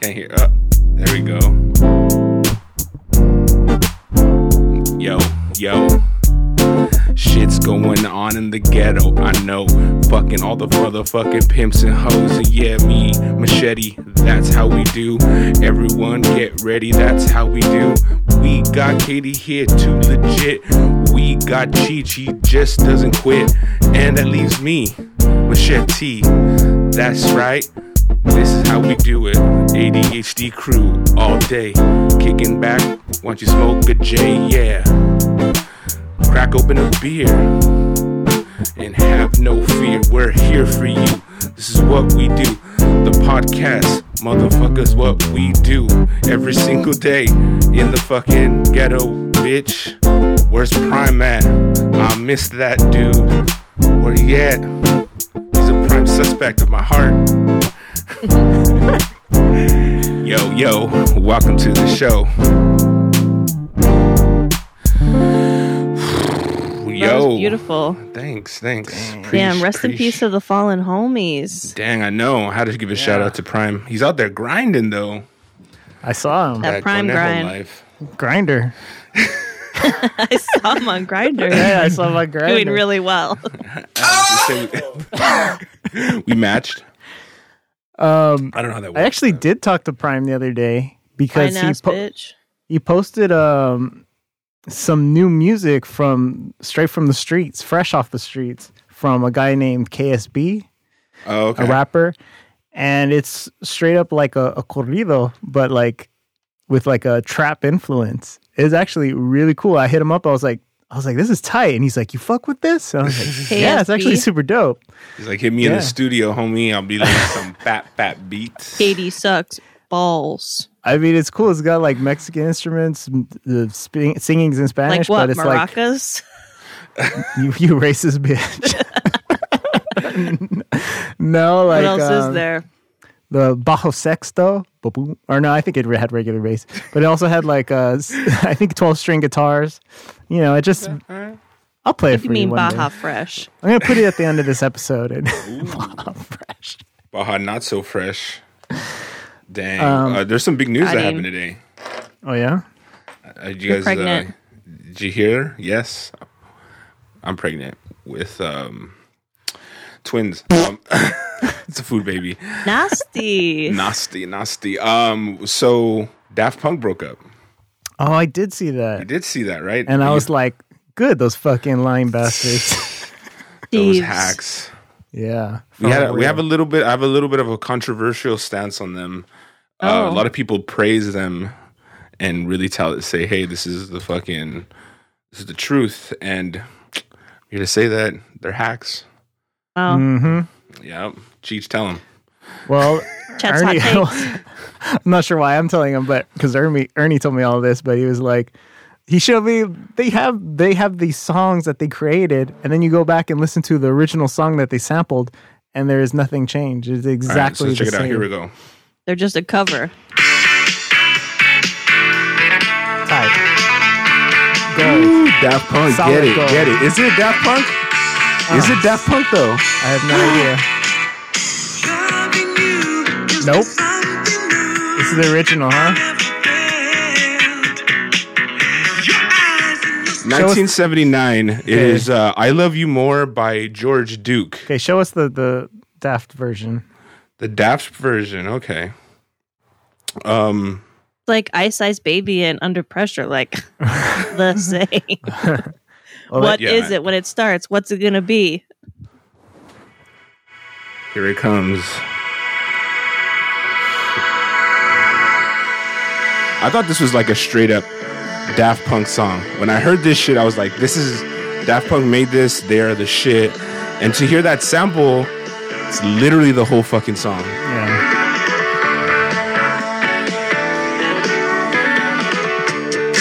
Can't hear. Uh, there we go. Yo, yo. Shit's going on in the ghetto, I know. Fucking all the motherfucking pimps and hoes, and yeah, me, machete, that's how we do. Everyone get ready, that's how we do. We got Katie here too legit. We got Chi Chi just doesn't quit. And that leaves me, machete, that's right. This is how we do it. ADHD crew all day. Kicking back, want you smoke a J, yeah crack open a beer and have no fear. We're here for you. This is what we do. The podcast, motherfuckers, what we do every single day in the fucking ghetto, bitch. Where's Prime at? I miss that dude. Where he at? He's a prime suspect of my heart. yo, yo, welcome to the show. That was Yo, beautiful. Thanks, thanks. Preach, Damn. Rest in preach. peace uh, to the fallen homies. Dang, I know. How to give a shout out to Prime. He's out there grinding though. I saw him. That- Back Prime on their whole grind. life. grinder. I saw him on Grinder Yeah, I saw my grinder. doing really well. You say we- we matched. Um, I don't know how that works. I actually did talk to Prime the other day because Fine he ass po- bitch. he posted um some new music from straight from the streets, fresh off the streets, from a guy named KSB, Oh, okay. a rapper, and it's straight up like a, a corrido, but like with like a trap influence. It's actually really cool. I hit him up. I was like. I was like, "This is tight," and he's like, "You fuck with this?" And I was like, "Yeah, it's actually KSB. super dope." He's like, hit me in Yeah. the studio, homie. I'll be like some fat, fat beats. Katie sucks balls. I mean, it's cool. It's got like Mexican instruments, m- the spin- singings in Spanish, Like what? but it's Maracas? like you, you racist bitch. no, like what else um, is there? the bajo sexto, Ba-boom. or no, I think it had regular bass, but it also had like uh, s- I think twelve string guitars. You know, it just I'll play it Uh-huh. What do for you mean one day. Baja Fresh? I'm gonna put it at the end of this episode. And Baja fresh. Baja, not so fresh. Dang. Um, uh, there's some big news I that mean- happened today. Oh yeah, Uh, did you You're guys, uh, pregnant. did you hear? Yes. I'm pregnant with um, twins. Um, it's a food baby. Nasty. Nasty, nasty. Um, so Daft Punk broke up. oh I did see You that, did see that, right? and I You- was like, good, those fucking lying bastards. those Thieves. hacks. Oh, yeah, We had a, For we real. have a little bit. I have a little bit of a controversial stance on them. Uh, Oh. a lot of people praise them and really tell say, "Hey, this is the fucking this is the truth." And I'm here to say that they're hacks. Wow. Mm. Yep. Cheech, tell them. Mm-hmm. Well, Chet's hot Ernie, takes. I'm not sure why I'm telling him, but because Ernie, Ernie told me all this, but he was like, he showed me they have they have these songs that they created, and then you go back and listen to the original song that they sampled, and there is nothing changed. It's so exactly check it the out. same. Here we go. They're just a cover. Tight. Gold. Ooh, Daft Punk, Solid get it, gold. get it. Is it Daft Punk? Is it Daft Punk though? Uh, I have no idea. Nope. This is the original, huh? 1979. It Okay. is uh, "I Love You More" by George Duke, Okay, show us the the Daft version. the Daft version. Okay. Um. It's like Ice Ice Baby and Under Pressure, like the same. What Well, is yeah. it when it starts? What's it gonna be? Here it comes. I thought this was like a straight up Daft Punk song. When I heard this shit, I was like, this is Daft Punk made this, they are the shit. And to hear that sample, it's literally the whole fucking song. Yeah.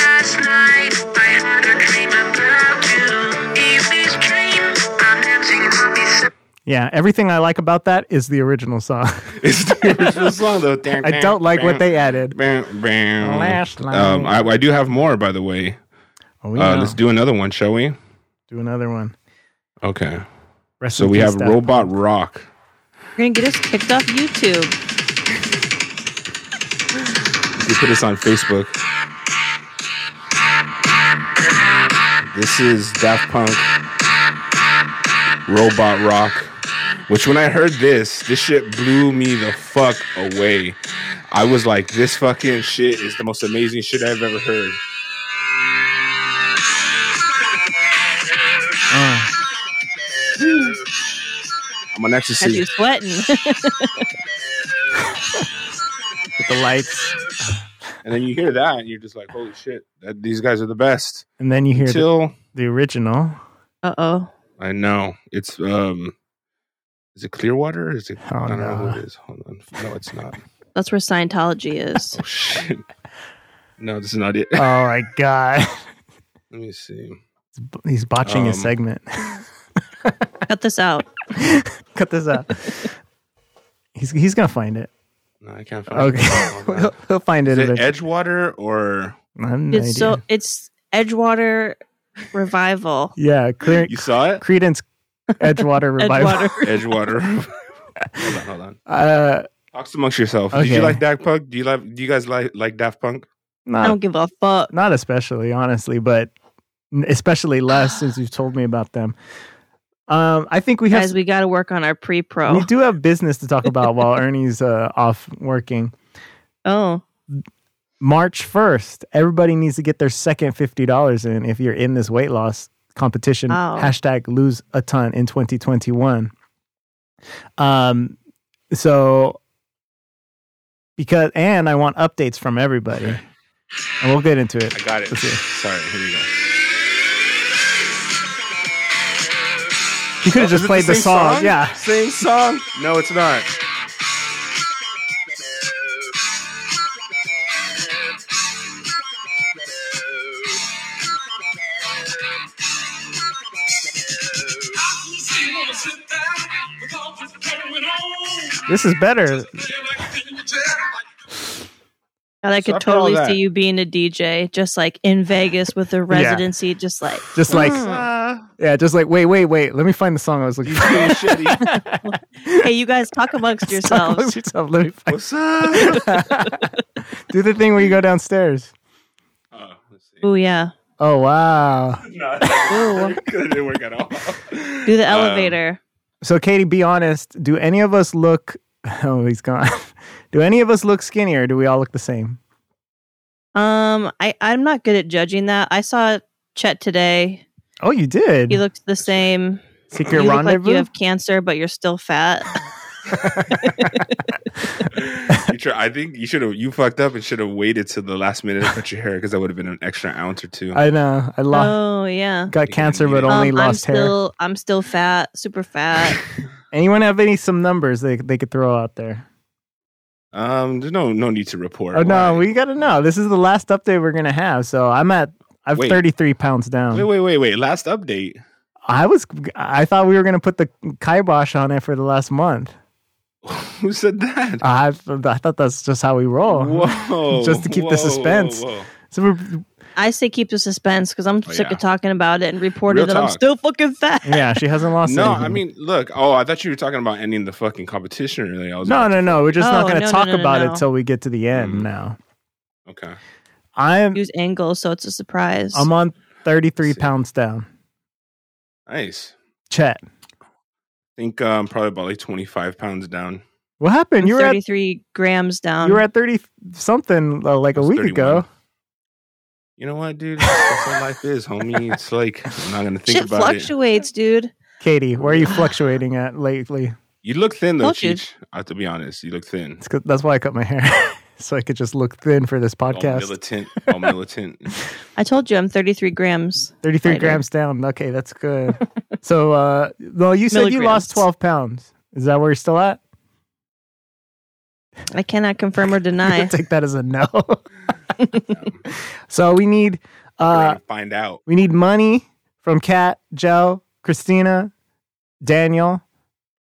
Last night, I had a dream about you. In this dream, I'm dancing on this. Yeah, everything I like about that is the original song. It's the original song though. I don't like what they added. Last Last Um, I, night. I do have more, by the way. Oh, we Uh, know. let's do another one, shall we? do another one. Okay. Rest So in we peace, have Daft Robot Rock. We're gonna get us kicked off YouTube. We put this on Facebook. This is Daft Punk Robot Rock. Which when I heard this, this shit blew me the fuck away. I was like, this fucking shit is the most amazing shit I've ever heard. Uh. I'm on Have ecstasy you sweating? with the lights. and then you hear that, and you're just like, "Holy shit! That, these guys are the best." And then you hear the, Until the original. uh oh. I know it's um, is it Clearwater? Is it? Oh, I don't know no. who it is. Hold on, no, it's not. That's where Scientology is. Oh shit! No, this is not it. Oh my god. Let me see. He's botching his Um, segment. Cut this out. Cut this out. he's he's gonna find it. No, I can't find Okay. it. Hold on. he'll, he'll find it. Is it eventually. Edgewater or I have no It's idea. so it's Edgewater Revival. yeah, clear, you saw it? Credence Edgewater revival. Edgewater. Edgewater. hold on, hold on. Uh, Talk amongst yourself. Did Okay. you like Daft Punk? Do you like? Do you guys like like Daft Punk? I not don't give a fuck. not especially, honestly, but n- especially less since you've told me about them. Um, I think we have Guys, we got to work on our pre-pro. we do have business to talk about while Ernie's uh, off working. Oh, March 1st, everybody needs to get their second $50 in if you're in this weight loss competition. Oh. Hashtag lose a ton in 2021. Um, so, because, and I want updates from everybody, and we'll get into it. I got it. Let's see. Sorry, here we go. You could Oh, have is just it played the, same song. Yeah. Same song? No, it's not. This is better. God, I So could after all totally that- see you being a DJ, just like in Vegas with a residency, just like Just like, Uh, yeah, just like, wait, wait, wait. Let me find the song I was looking you for. feel shitty. hey, you guys talk amongst yourselves. Let me find- What's up? Do the thing where you go downstairs. Oh, let's see. Ooh yeah, Oh, wow. No, Ooh. it didn't work at all. do the Um, elevator. So, Katie, be honest. Do any of us look? Oh, he's gone. do any of us look skinny, or do we all look the same? Um, I I'm not good at judging that. I saw Chet today. Oh, you did. He looked the same. Secret you look like rendezvous. you have cancer, but you're still fat. you try, I think you should have. You fucked up and should have waited till the last minute to cut your hair because that would have been an extra ounce or two. I know. I lost. oh yeah. Got cancer, but Um, only um, lost I'm hair. still I'm still fat, super fat. Anyone have any some numbers they they could throw out there? um, there's no no need to report. Oh no, why. we gotta know. This is the last update we're gonna have. So I'm at. I'm Wait. 33 pounds down. Wait, wait, wait, wait. Last update. I was. I thought we were gonna put the kibosh on it for the last month. Who said that? I I thought that's just how we roll. Whoa! Oh. Just to keep the whoa, suspense. whoa, whoa. So we're, I say keep the suspense because I'm Oh, sick yeah. of talking about it and reported Real that I'm talk. still fucking fat. yeah, she hasn't lost. No, I anything. mean, look. Oh, I thought you were talking about ending the fucking competition. Really, I was No, like, no, no. We're just not Oh, going no, to no, talk no, no, about no. it till we get to the end. Mm. Now Okay. I'm Use angles, so it's a surprise. I'm on 33 See. pounds down. Nice. Chet, I think um, probably about like 25 pounds down. what happened? I'm You were at 33 grams down. you were at 30 something uh, like I a was week 31. ago. You know what, dude? That's what life is, homie. It's like, I'm not going to think Shit about it. fluctuates, dude. Katie, where are you fluctuating at lately? You look thin, though, Told you. Cheech. I have to be honest. You look thin. It's 'cause- that's why I cut my hair so I could just look thin for this All podcast. militant. All militant. I told you I'm 33 grams. 33 lighter. grams down. Okay, that's good. so, uh, well, you said you Milligrams. lost 12 pounds. Is that where you're still at? I cannot confirm or deny. Take that as a no. so we need. We're Uh, gonna find out. We need money from Kat, Joe, Christina, Daniel.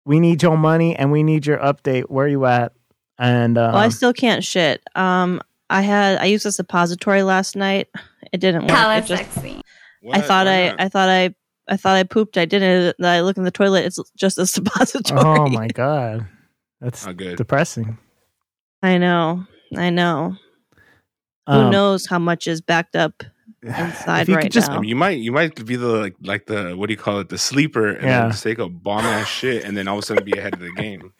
We need your money and we need your update. Where you at? And uh, well, I still can't shit. Um, I had I used a suppository last night. It didn't work. Hello, It just- sexy. What? I thought Why I not? I thought I I thought I pooped. I didn't. And I look in the toilet. It's just a suppository. oh my god, that's Not good. depressing. I know. I know. Who Um, knows how much is backed up inside If you could right just- I now? mean, you might you might be the like like the what do you call it the sleeper and Yeah. then just take a bomb ass shit and then all of a sudden be ahead of the game.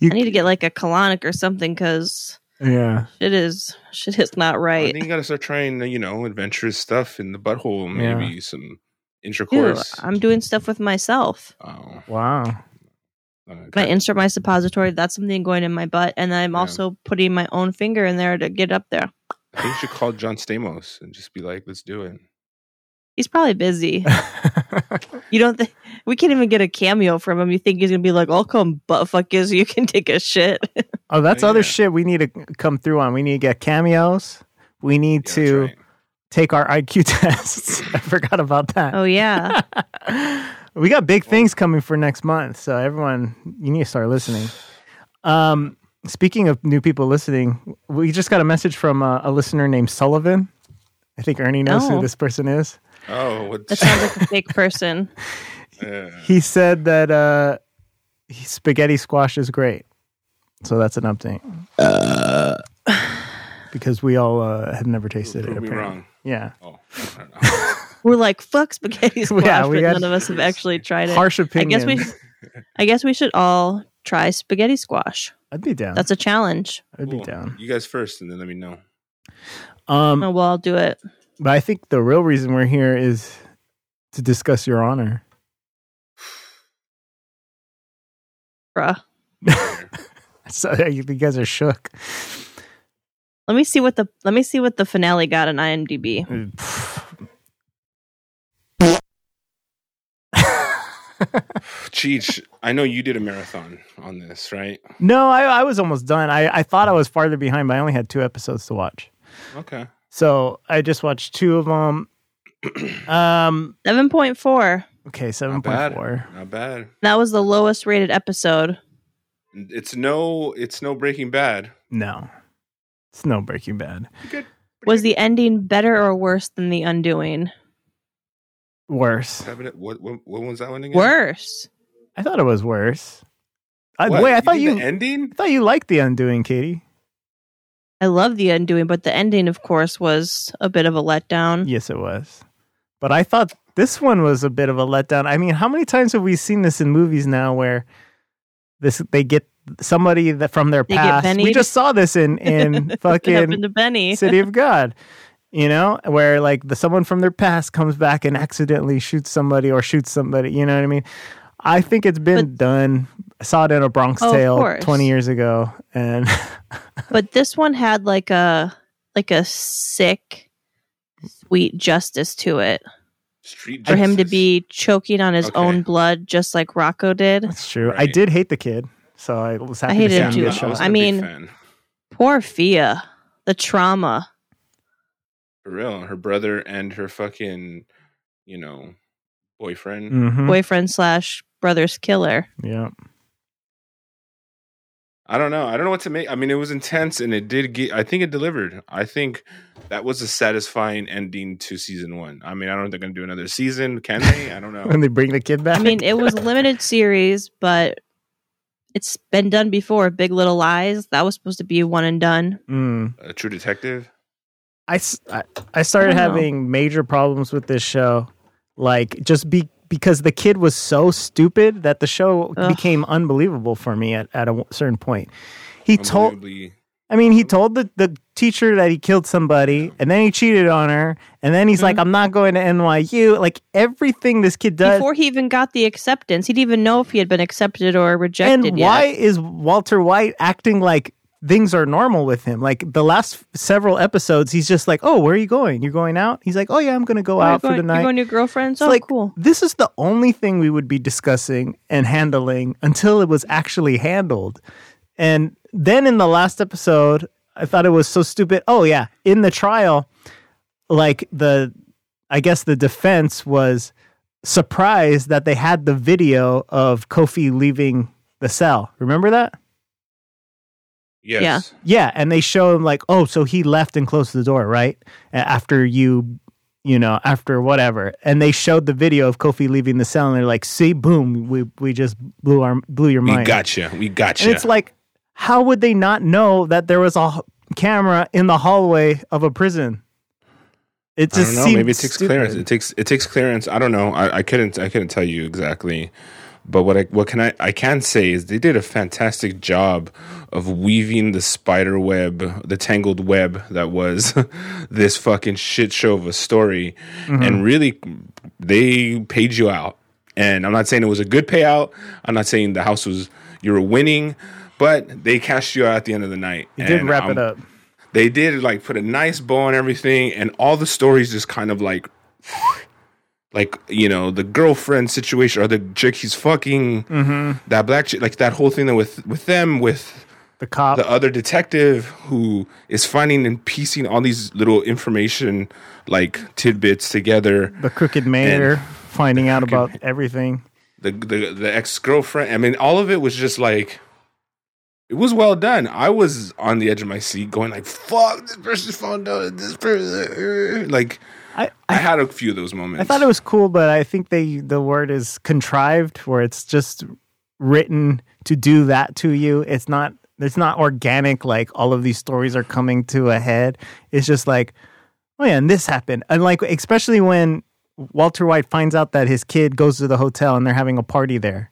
you- I need to get like a colonic or something because Yeah. shit is shit is not I right. think you gotta start trying you know adventurous stuff in the butthole, Yeah. maybe some Dude, intercourse. I'm doing stuff with myself. oh, Wow. uh, When I insert my suppository, that's something going in my butt, and I'm Yeah. also putting my own finger in there to get up there. I think you should call John Stamos and just be like, let's do it. He's probably busy. You don't. Th- we can't even get a cameo from him. You think he's gonna be like, "I'll come butt fuck you, so you can take a shit." oh, that's Yeah. other shit we need to come through on. We need to get cameos. We need Yeah, that's to right. take our IQ tests. I forgot about that. oh yeah, we got big things coming for next month, so everyone, you need to start listening. Um, speaking of new people listening, we just got a message from uh, a, a listener named Sullivan. I think Ernie knows who Oh. this person is. Oh, what? that sounds like a fake person. uh, He said that uh, spaghetti squash is great, so that's an update. because we all uh, have never tasted it. prove me Apparently, wrong. yeah. Oh, I don't know. We're like, "Fuck spaghetti squash," we but got- none of us have actually tried it. Harsh I opinion. guess we, I guess we should all try spaghetti squash. I'd be down. That's a challenge. I'd Cool. be down. You guys first, and then let me know. Um, Oh, well, I'll do it. But I think the real reason we're here is to discuss your honor. Bruh. So you you guys are shook. Let me see what the let me see what the finale got on IMDb. Cheech, I know you did a marathon on this, right? No, I, I was almost done. I, I thought I was farther behind, but I only had two episodes to watch. Okay. So I just watched two of them. Um, Seven point four. okay, Not bad. 7.4. Not bad. That was the lowest rated episode. It's no, it's no Breaking Bad. No, it's no Breaking Bad. Was the ending better or worse than the undoing? Worse. Seven- What, what, what was that one again? Worse. I thought it was worse. I, What? wait, I thought did you, the ending. I thought you liked The Undoing, Katie. I love the undoing, but the ending, of course, was a bit of a letdown. Yes, it was. But I thought this one was a bit of a letdown. I mean, how many times have we seen this in movies now where this they get somebody that from their They get past? We Bennied. just saw this in It in happened fucking to Benny. City of God. You know, where like the someone from their past comes back and accidentally shoots somebody or shoots somebody, you know what I mean? I think it's been done. I saw it in a Bronx Oh, of Tale course. 20 years ago and but this one had like a like a sick, sweet justice to it. Street For him to Justice. be choking on his Okay. own blood, just like Rocco did. that's true. I Right. did hate the kid, so I was happy I to hated see him him too. get I shot. wasn't I a big mean- fan. Poor Fia. The trauma. for real, her brother and her fucking, you know, boyfriend. Mhm. Boyfriend slash brother's killer. Yeah. I don't know. I don't know what to make. I mean, it was intense and it did get, I think it delivered. I think that was a satisfying ending to season one. I mean, I don't know if they're going to do another season. Can they? I don't know. when they bring the kid back. I mean, it was a limited series, but it's been done before. Big Little Lies. That was supposed to be one and done. Mm. A true detective? I, s- I- I started I don't know. having major problems with this show, like just be because the kid was so stupid that the show Ugh. became unbelievable for me at, at a w- certain point. He told, Unbelievably- I mean, he told the, the teacher that he killed somebody, and then he cheated on her, and then he's Mm-hmm. like, "I'm not going to NYU." Like everything this kid does, Before he even got the acceptance, he didn't even know if he had been accepted or rejected. and yet. why is Walter White acting like things are normal with him? Like the last f- several episodes, he's just like, "Oh, where are you going? You're going out?" He's like, "Oh yeah, I'm going to go Oh, you're out going, for the night." You're going to your girlfriend's? It's oh, like cool. this is the only thing we would be discussing and handling until it was actually handled. And then in the last episode, I thought it was so stupid. Oh yeah, in the trial, like the I guess the defense was surprised that they had the video of Kofi leaving the cell. Remember that? Yes. Yeah, and they show him like, oh, so he left and closed the door, right? A- After you, you know, after whatever. And they showed the video of Kofi leaving the cell, and they're like, see, boom, we we just blew our blew your We mind. gotcha. We gotcha. And it's like, how would they not know that there was a h- camera in the hallway of a prison. It I just don't know. seemed Maybe it takes stupid. clearance. It takes it takes clearance. I don't know. I, I couldn't I couldn't tell you exactly, but what I what can I I can say is they did a fantastic job of weaving the spider web, the tangled web that was this fucking shit show of a story, Mm-hmm. and really they paid you out. And I'm not saying it was a good payout. I'm not saying the house was you were winning, but they cashed you out at the end of the night. It did And um, wrap it I'm- up. they did like put a nice bow on everything and all the stories just kind of like like you know the girlfriend situation or the chick he's fucking that black chick like that whole thing that with with them with The cop. the other detective who is finding and piecing all these little information like tidbits together the crooked mayor finding out about everything. the the, the ex girlfriend. I mean, all of it was just like it was well done. I was on the edge of my seat, going like, "Fuck, this person's phone down. This person." Like, I, I had a few of those moments. I thought it was cool, but I think they the word is contrived, where it's just written to do that to you. It's not it's not organic. Like all of these stories are coming to a head. It's just like, oh yeah, and this happened, and like especially when Walter White finds out that his kid goes to the hotel and they're having a party there.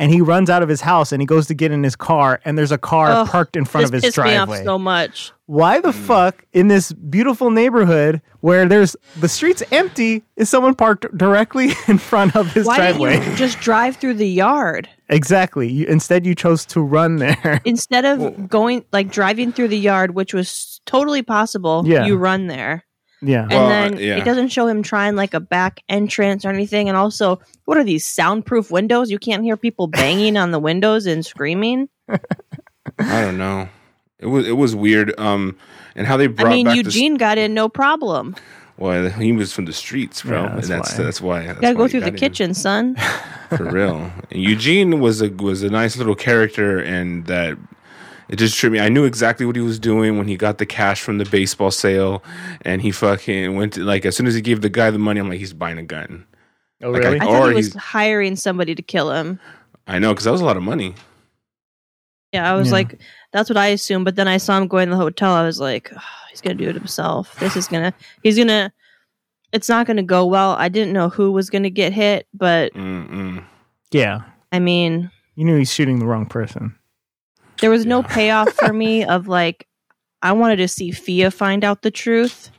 And he runs out of his house and he goes to get in his car, and there's a car Ugh, parked in front this of his pissed driveway me off so much. why the fuck in this beautiful neighborhood where there's the streets empty is someone parked directly in front of his Why driveway? didn't you just drive through the yard exactly. You, instead, you chose to run there. instead of going like driving through the yard, which was totally possible? Yeah. you run there, yeah. and Well, then yeah. it doesn't show him trying like a back entrance or anything. And also, what are these soundproof windows? You can't hear people banging on the windows and screaming. I don't know. It was it was weird. Um, and how they brought I mean, back Eugene got in no problem. The, well, he was from the streets, bro. Yeah, that's and that's why. that's why. That's Gotta why go he through the got in. kitchen, son. for real. And Eugene was a was a nice little character, and that it just tripped me. I knew exactly what he was doing when he got the cash from the baseball sale, and he fucking went to, like as soon as he gave the guy the money, I'm like, he's buying a gun. Oh, Like, really? I thought Or he was he's- hiring somebody to kill him. I know because that was a lot of money. Yeah, I was Yeah. like, that's what I assumed. But then I saw him going to the hotel. I was like, "Ugh, he's gonna do it himself. This is gonna, he's gonna, it's not gonna go well. I didn't know who was gonna get hit, but Mm-mm. yeah. I mean, You knew he's shooting the wrong person. there was no Yeah. payoff for me of like, I wanted to see Fia find out the truth.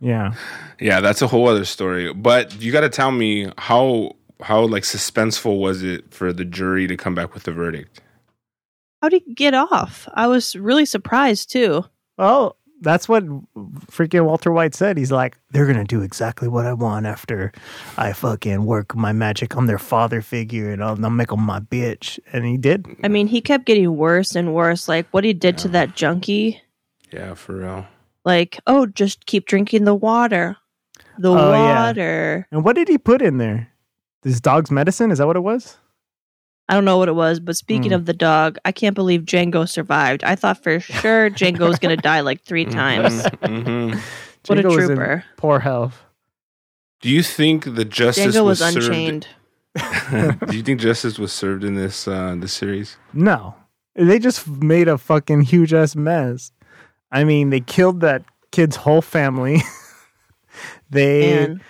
Yeah. Yeah, that's a whole other story. But you got to tell me how how like suspenseful was it for the jury to come back with the verdict? How would he get off? I was really surprised too. Well, that's what freaking Walter White said. He's like, they're going to do exactly what I want after I fucking work my magic. I'm their father figure and I'll, I'll make them my bitch. And he did. I mean, he kept getting worse and worse. Like what he did to that junkie. Yeah, for real. Like, oh, just keep drinking the water. The Oh, yeah. water. And what did he put in there? This dog's medicine? Is that what it was? I don't know what it was, but speaking Mm. of the dog, I can't believe Django survived. I thought for sure Django was going to die like three Mm-hmm. Mm-hmm. times. hmm What a Django was in trooper. Poor health. Do you think the justice Django was, was, served unchained. Do you think justice was served in this uh, this series? No, they just made a fucking huge ass mess. I mean, they killed that kid's whole family. they, And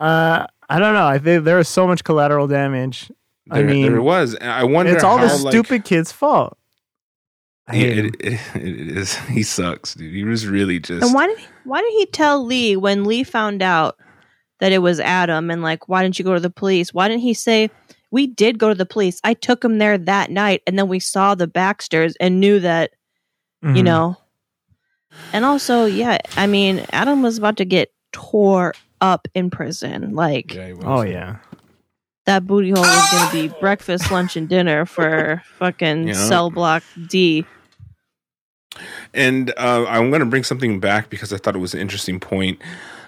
uh, I don't know. I think there was so much collateral damage. I There, mean, there was. And I wonder. It's all how, the like- stupid kid's fault. I Yeah, hate him. it, it, it is. He sucks, dude. He was really just. and why did he, why did he tell Lee when Lee found out that it was Adam and like why didn't you go to the police? Why didn't he say we did go to the police? I took him there that night, and then we saw the Baxters and knew that you Mhm. know. And also, yeah, I mean, Adam was about to get tore up in prison, like. he was. Oh yeah, that booty hole was going to be breakfast, lunch, and dinner for fucking Ah! Yeah. cell block D. And uh, I'm going to bring something back because I thought it was an interesting point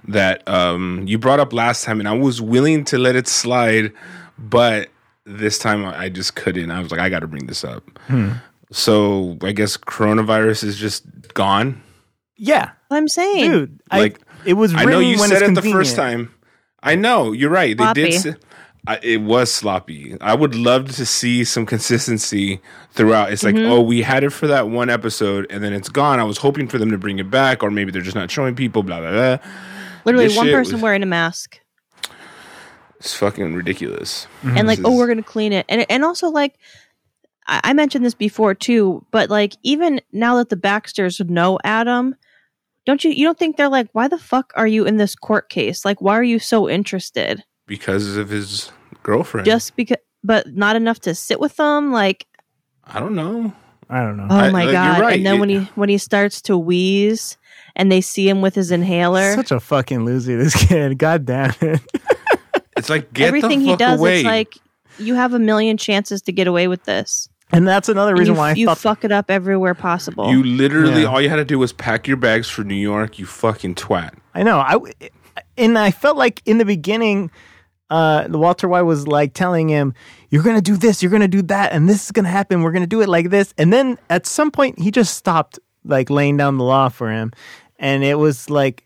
that um, you brought up last time, and I was willing to let it slide, but this time I I just couldn't. I was like, I got to bring this up. Hmm. So I guess coronavirus is just gone. yeah, What I'm saying, dude. Like, I, it was. I know written you when said it's it the first convenient. time. I know you're right. They Sloppy. did. Say, I, it was sloppy. I would love to see some consistency throughout. It's Mm-hmm. like, oh, we had it for that one episode and then it's gone. I was hoping for them to bring it back, or maybe they're just not showing people, blah, blah, blah. Literally, This one shit person was- wearing a mask. It's fucking ridiculous. and like This oh is- we're gonna clean it and and also like I, I mentioned this before too but like even now that the Baxters know Adam don't you you don't think they're like why the fuck are you in this court case like why are you so interested Because of his girlfriend. just because but not enough to sit with them like I don't know. I don't know. oh I- like, my you're god right, and then it- when he when he starts to wheeze and they see him with his inhaler Such a fucking loser, this kid. God damn it. It's like, get everything the fuck he does away. it's like you have a million chances to get away with this And that's another And reason you, why I you thought fuck it up everywhere possible You literally, Yeah. all you had to do was pack your bags for New York, you fucking twat. I know. I w- and I felt like in the beginning, uh, Walter White was like telling him, "You're gonna do this. You're gonna do that, and this is gonna happen. We're gonna do it like this." And then at some point, he just stopped like laying down the law for him, and it was like,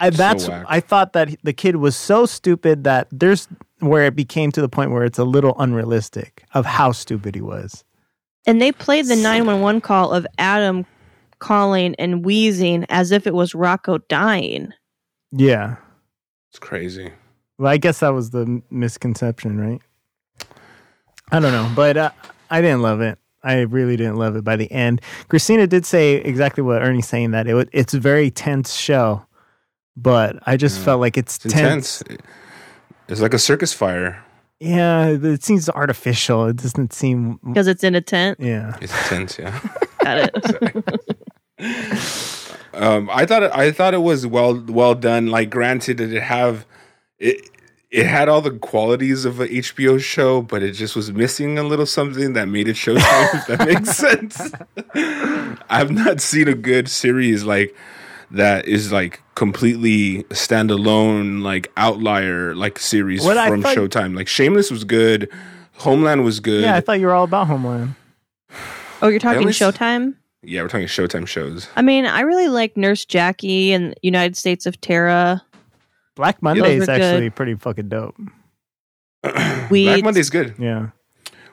I, that's whack. I thought that the kid was so stupid that there's where it became to the point where it's a little unrealistic of how stupid he was. And they played the 911 call of Adam calling and wheezing as if it was Rocco dying. Yeah. It's crazy. Well, I guess that was the m- misconception, right? I don't know, but uh, I didn't love it. I really didn't love it by the end. Christina did say exactly what Ernie's saying that it wa- it's a very tense show, but I just felt like it's, Mm. It's tense. intense. It's like a circus fire. Yeah, it seems artificial. It doesn't seem. Because it's in a tent. Yeah, It's intense, yeah. Got it. Um, I thought it, I thought it was well well done. Like, granted, it did have it it had all the qualities of a HBO show, but it just was missing a little something that made it Showtime. if that makes sense. I've not seen a good series like that is like completely standalone, like outlier, like series What I from thought- Showtime. Like, Shameless was good. Homeland was good. yeah. I thought you were all about Homeland. Oh, you're talking always- Showtime? yeah, we're talking Showtime shows. I mean, I really like Nurse Jackie and United States of Terra. Black Monday is were actually pretty fucking dope. Weeds. Black Monday's good. Yeah,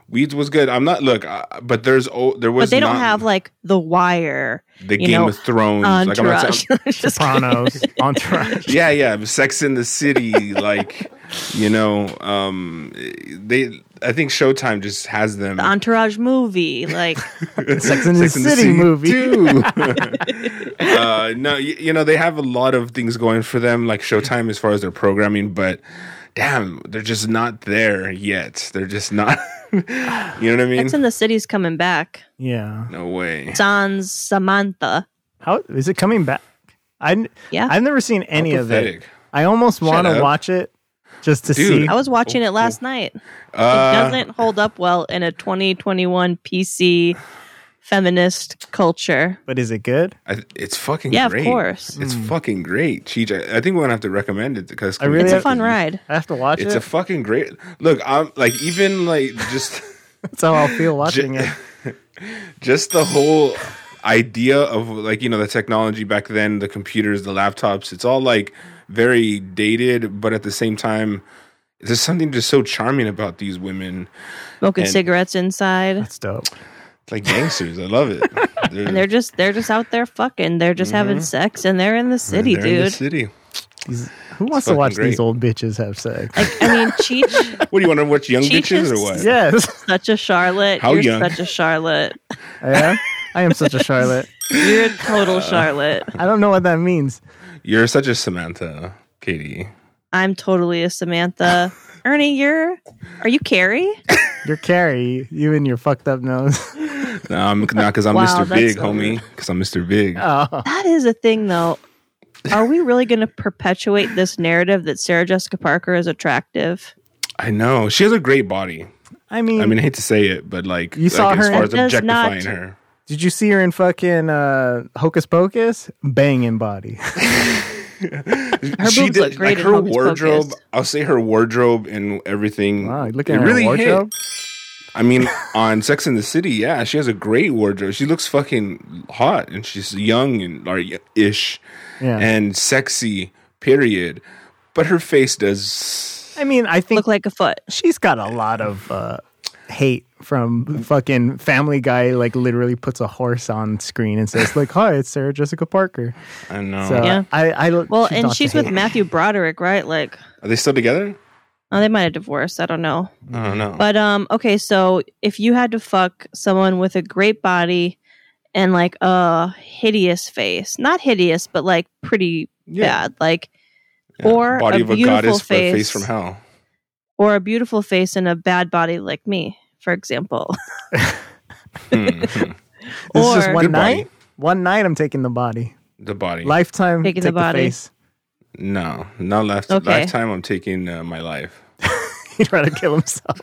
Weeds was good. I'm not look, uh, but there's oh, there was But they don't not have like The Wire, the you Game know, of Thrones. Like, I'm not Entourage. saying, Just Sopranos, Entourage. yeah, yeah, but Sex in the City, like you know, um, they. I think Showtime just has them. the Entourage movie. Like, Sex and the City movie. too. uh, no, you, you know they have a lot of things going for them, like Showtime as far as their programming, but damn, they're just not there yet. They're just not. you know what I mean? it's in the city's coming back. yeah. no way. Sans Samantha. How is it coming back? I n- Yeah. I've never seen any of it. Pathetic. I almost want to up. watch it just to Dude. see. I was watching it last night. it Uh, doesn't hold up well in a 2021 PC feminist culture. But is it good? I, th- it's fucking Yeah, of great. course. It's fucking great. Cheech, I, I think we're gonna have to recommend it because Mm. I really It's Yeah. a fun ride. I have to watch It's it. a fucking great look. I'm like even like just That's how I'll feel watching J- it. just the whole idea of like you know the technology back then, the computers, the laptops. It's all like very dated, but at the same time, there's something just so charming about these women. Smoking And- cigarettes inside. That's dope. It's like gangsters. I love it. They're, And they're just they're just out there fucking. They're just having sex and they're in the city, Mm-hmm. they're in the dude. city. These- who wants to fucking watch great. these old bitches have sex? Like I mean, Cheech What do you want to watch? Young Cheech bitches is- or what? yes, such a Charlotte. How You're young? such a Charlotte. I am. I am such a Charlotte. You're a total Uh. Charlotte. I don't know what that means. You're such a Samantha, Katie. I'm totally a Samantha. Ernie, you're are you Carrie? You're Carrie. You and your fucked up nose. No, I'm not because Um, I'm Wow, Mr. that's Big, so homie. Because I'm Mr. Big. Oh, That is a thing though. Are we really gonna perpetuate this narrative that Sarah Jessica Parker is attractive? I know she has a great body. I mean, I mean, I hate to say it, but like, You saw like, as her far in- as It does objectifying not- her. did you see her in fucking uh, Hocus Pocus? Banging body. Her boobs look great in her Hocus wardrobe. Pocus. I'll say her wardrobe and everything. Wow, you looking it at her hit. wardrobe? I mean, on Sex in the City, yeah, she has a great wardrobe. She looks fucking hot, and she's young and or y- ish Yeah. and sexy. Period. But her face does I mean, I think look like a foot. she's got a lot of uh, hate from fucking Family Guy. Like literally puts a horse on screen and says like, "Hi, it's Sarah Jessica Parker." I know. So Yeah. I, I don't- Well, and not to she's with hate. Matthew Broderick, right? Like, Are they still together? oh, they might have divorced. I don't know. I don't know. But um, okay, so if you had to fuck someone with a great body and like a hideous face, not hideous, but like pretty bad, like or body a of a beautiful goddess, but face. face from hell. or a beautiful face and a bad body like me, for example, Hmm, hmm. This is just Or- one Good body. night. One night, I'm taking the body. the body. Lifetime Taking taking the the body. face. no, not left. Okay. Lifetime. I'm taking uh, my life. He'd rather kill himself.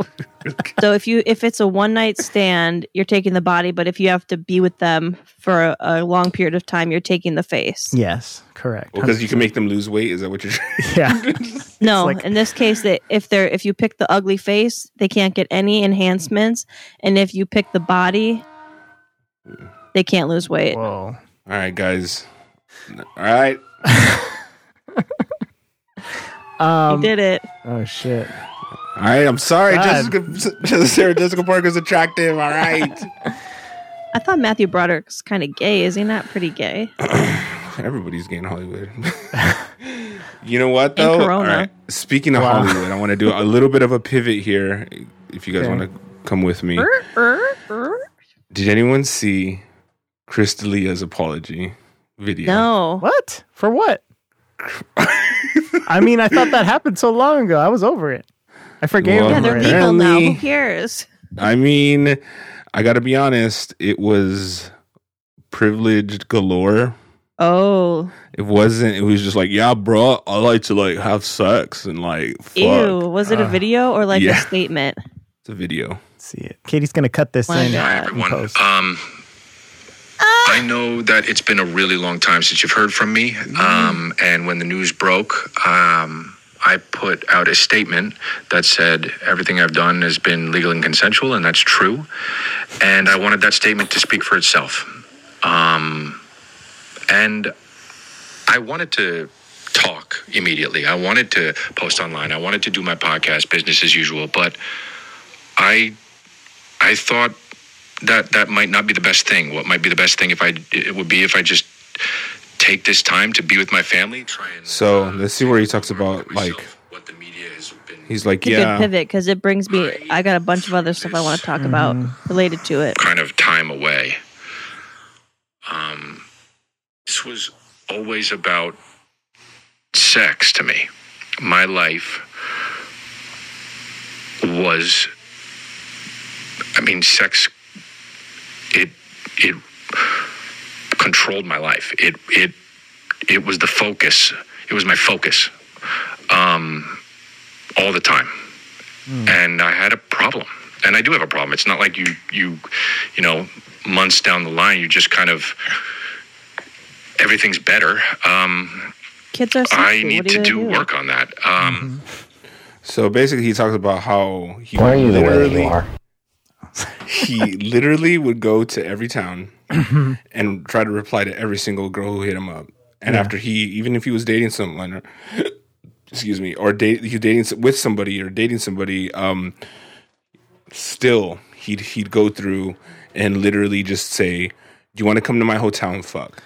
so if you if it's a one night stand, you're taking the body, but if you have to be with them for a, a long period of time, you're taking the face. yes, correct. Because you can make them lose weight. Is that what you're? yeah. No, like- in this case, that if they're if you pick the ugly face, they can't get any enhancements, and if you pick the body, they can't lose weight. Whoa. All right, guys. All right. Um, um, you did it. oh shit. All right. I'm sorry. God. Jessica, Sarah Jessica Parker's attractive. All right. I thought Matthew Broderick's kind of gay. Is he not pretty gay? Everybody's gay in Hollywood. you know what though? Corona. Speaking of Wow. Hollywood, I want to do a little bit of a pivot here. If you guys Okay. want to come with me, Er, er, er. did anyone see Chris D'Elia's apology video? No. What? For what? I mean, I thought that happened so long ago. I was over it. I forgave Well, Yeah, him. they're for it. Apparently- legal now. Who cares? I mean, I got to be honest. It was privileged galore. Oh, It wasn't. It was just like, yeah, bro. I like to like have sex and like fuck. Uh, ew. Was it a Ugh. video or like Yeah. a statement? It's a video. See it. Katie's gonna cut this My in. God. Hi, and everyone. post. Um, I know that it's been a really long time since you've heard from me. Um, and when the news broke, um, I put out a statement that said everything I've done has been legal and consensual, and that's true. And I wanted that statement to speak for itself. Um, and I wanted to talk immediately. I wanted to post online. I wanted to do my podcast, business as usual. But I, I thought that that might not be the best thing. What might be the best thing if I it would be if I just take this time to be with my family. Try and So let's see where he talks about like myself, what the media has been. he's like, It's a yeah, good pivot because it brings me. I got a bunch of other stuff I want to talk about Mm-hmm. related to it. kind of time away. Um, this was always about sex to me. My life was, I mean, sex. It it controlled my life. It it it was the focus. It was my focus, um, all the time and I had a problem. And I do have a problem. It's not like you you you know months down the line you just kind of everything's better. Um, Kids are. Sexy. I what need are you to do gonna work on that. Um, So basically, he talks about how he Why are you the way literally you are? he literally would go to every town and try to reply to every single girl who hit him up. And after he, even if he was dating someone, or, excuse me, or date he was dating s- with somebody or dating somebody, um, still he'd he'd go through and literally just say, "Do you want to come to my hotel and fuck?"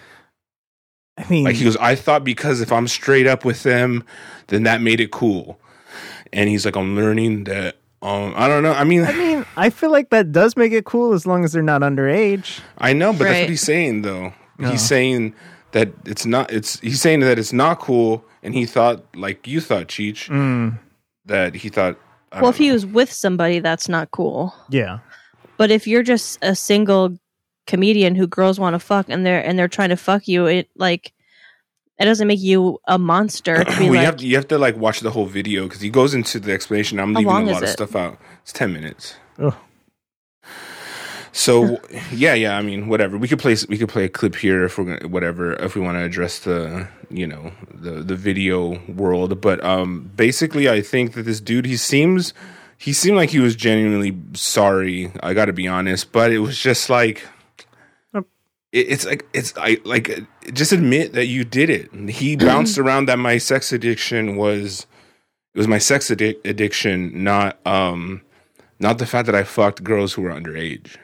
I mean, Like he goes, I thought because if I'm straight up with them, then that made it cool. And he's like, I'm learning that. Um, I don't know. I mean, I mean, I feel like that does make it cool as long as they're not underage. I know, but that's Right. what he's saying though. Oh. He's saying that it's not. It's he's saying that it's not cool. And he thought, like you thought, Cheech, Mm, that he thought. I Well, don't if he know. was with somebody, that's not cool. yeah. But if you're just a single comedian who girls want to fuck and they're and they're trying to fuck you, it like it doesn't make you a monster to well, be you like. have to, you have to like watch the whole video because he goes into the explanation. I'm How leaving long a is lot of it? stuff out. It's ten minutes. Ugh. So yeah, yeah. I mean, whatever. We could play. We could play a clip here if we're gonna, whatever. If we want to address the you know the the video world, but um, basically, I think that this dude he seems he seemed like he was genuinely sorry. I got to be honest, but it was just like it, it's like it's I like just admit that you did it. He bounced around that my sex addiction was It was my sex addic- addiction, not um, not the fact that I fucked girls who were underage.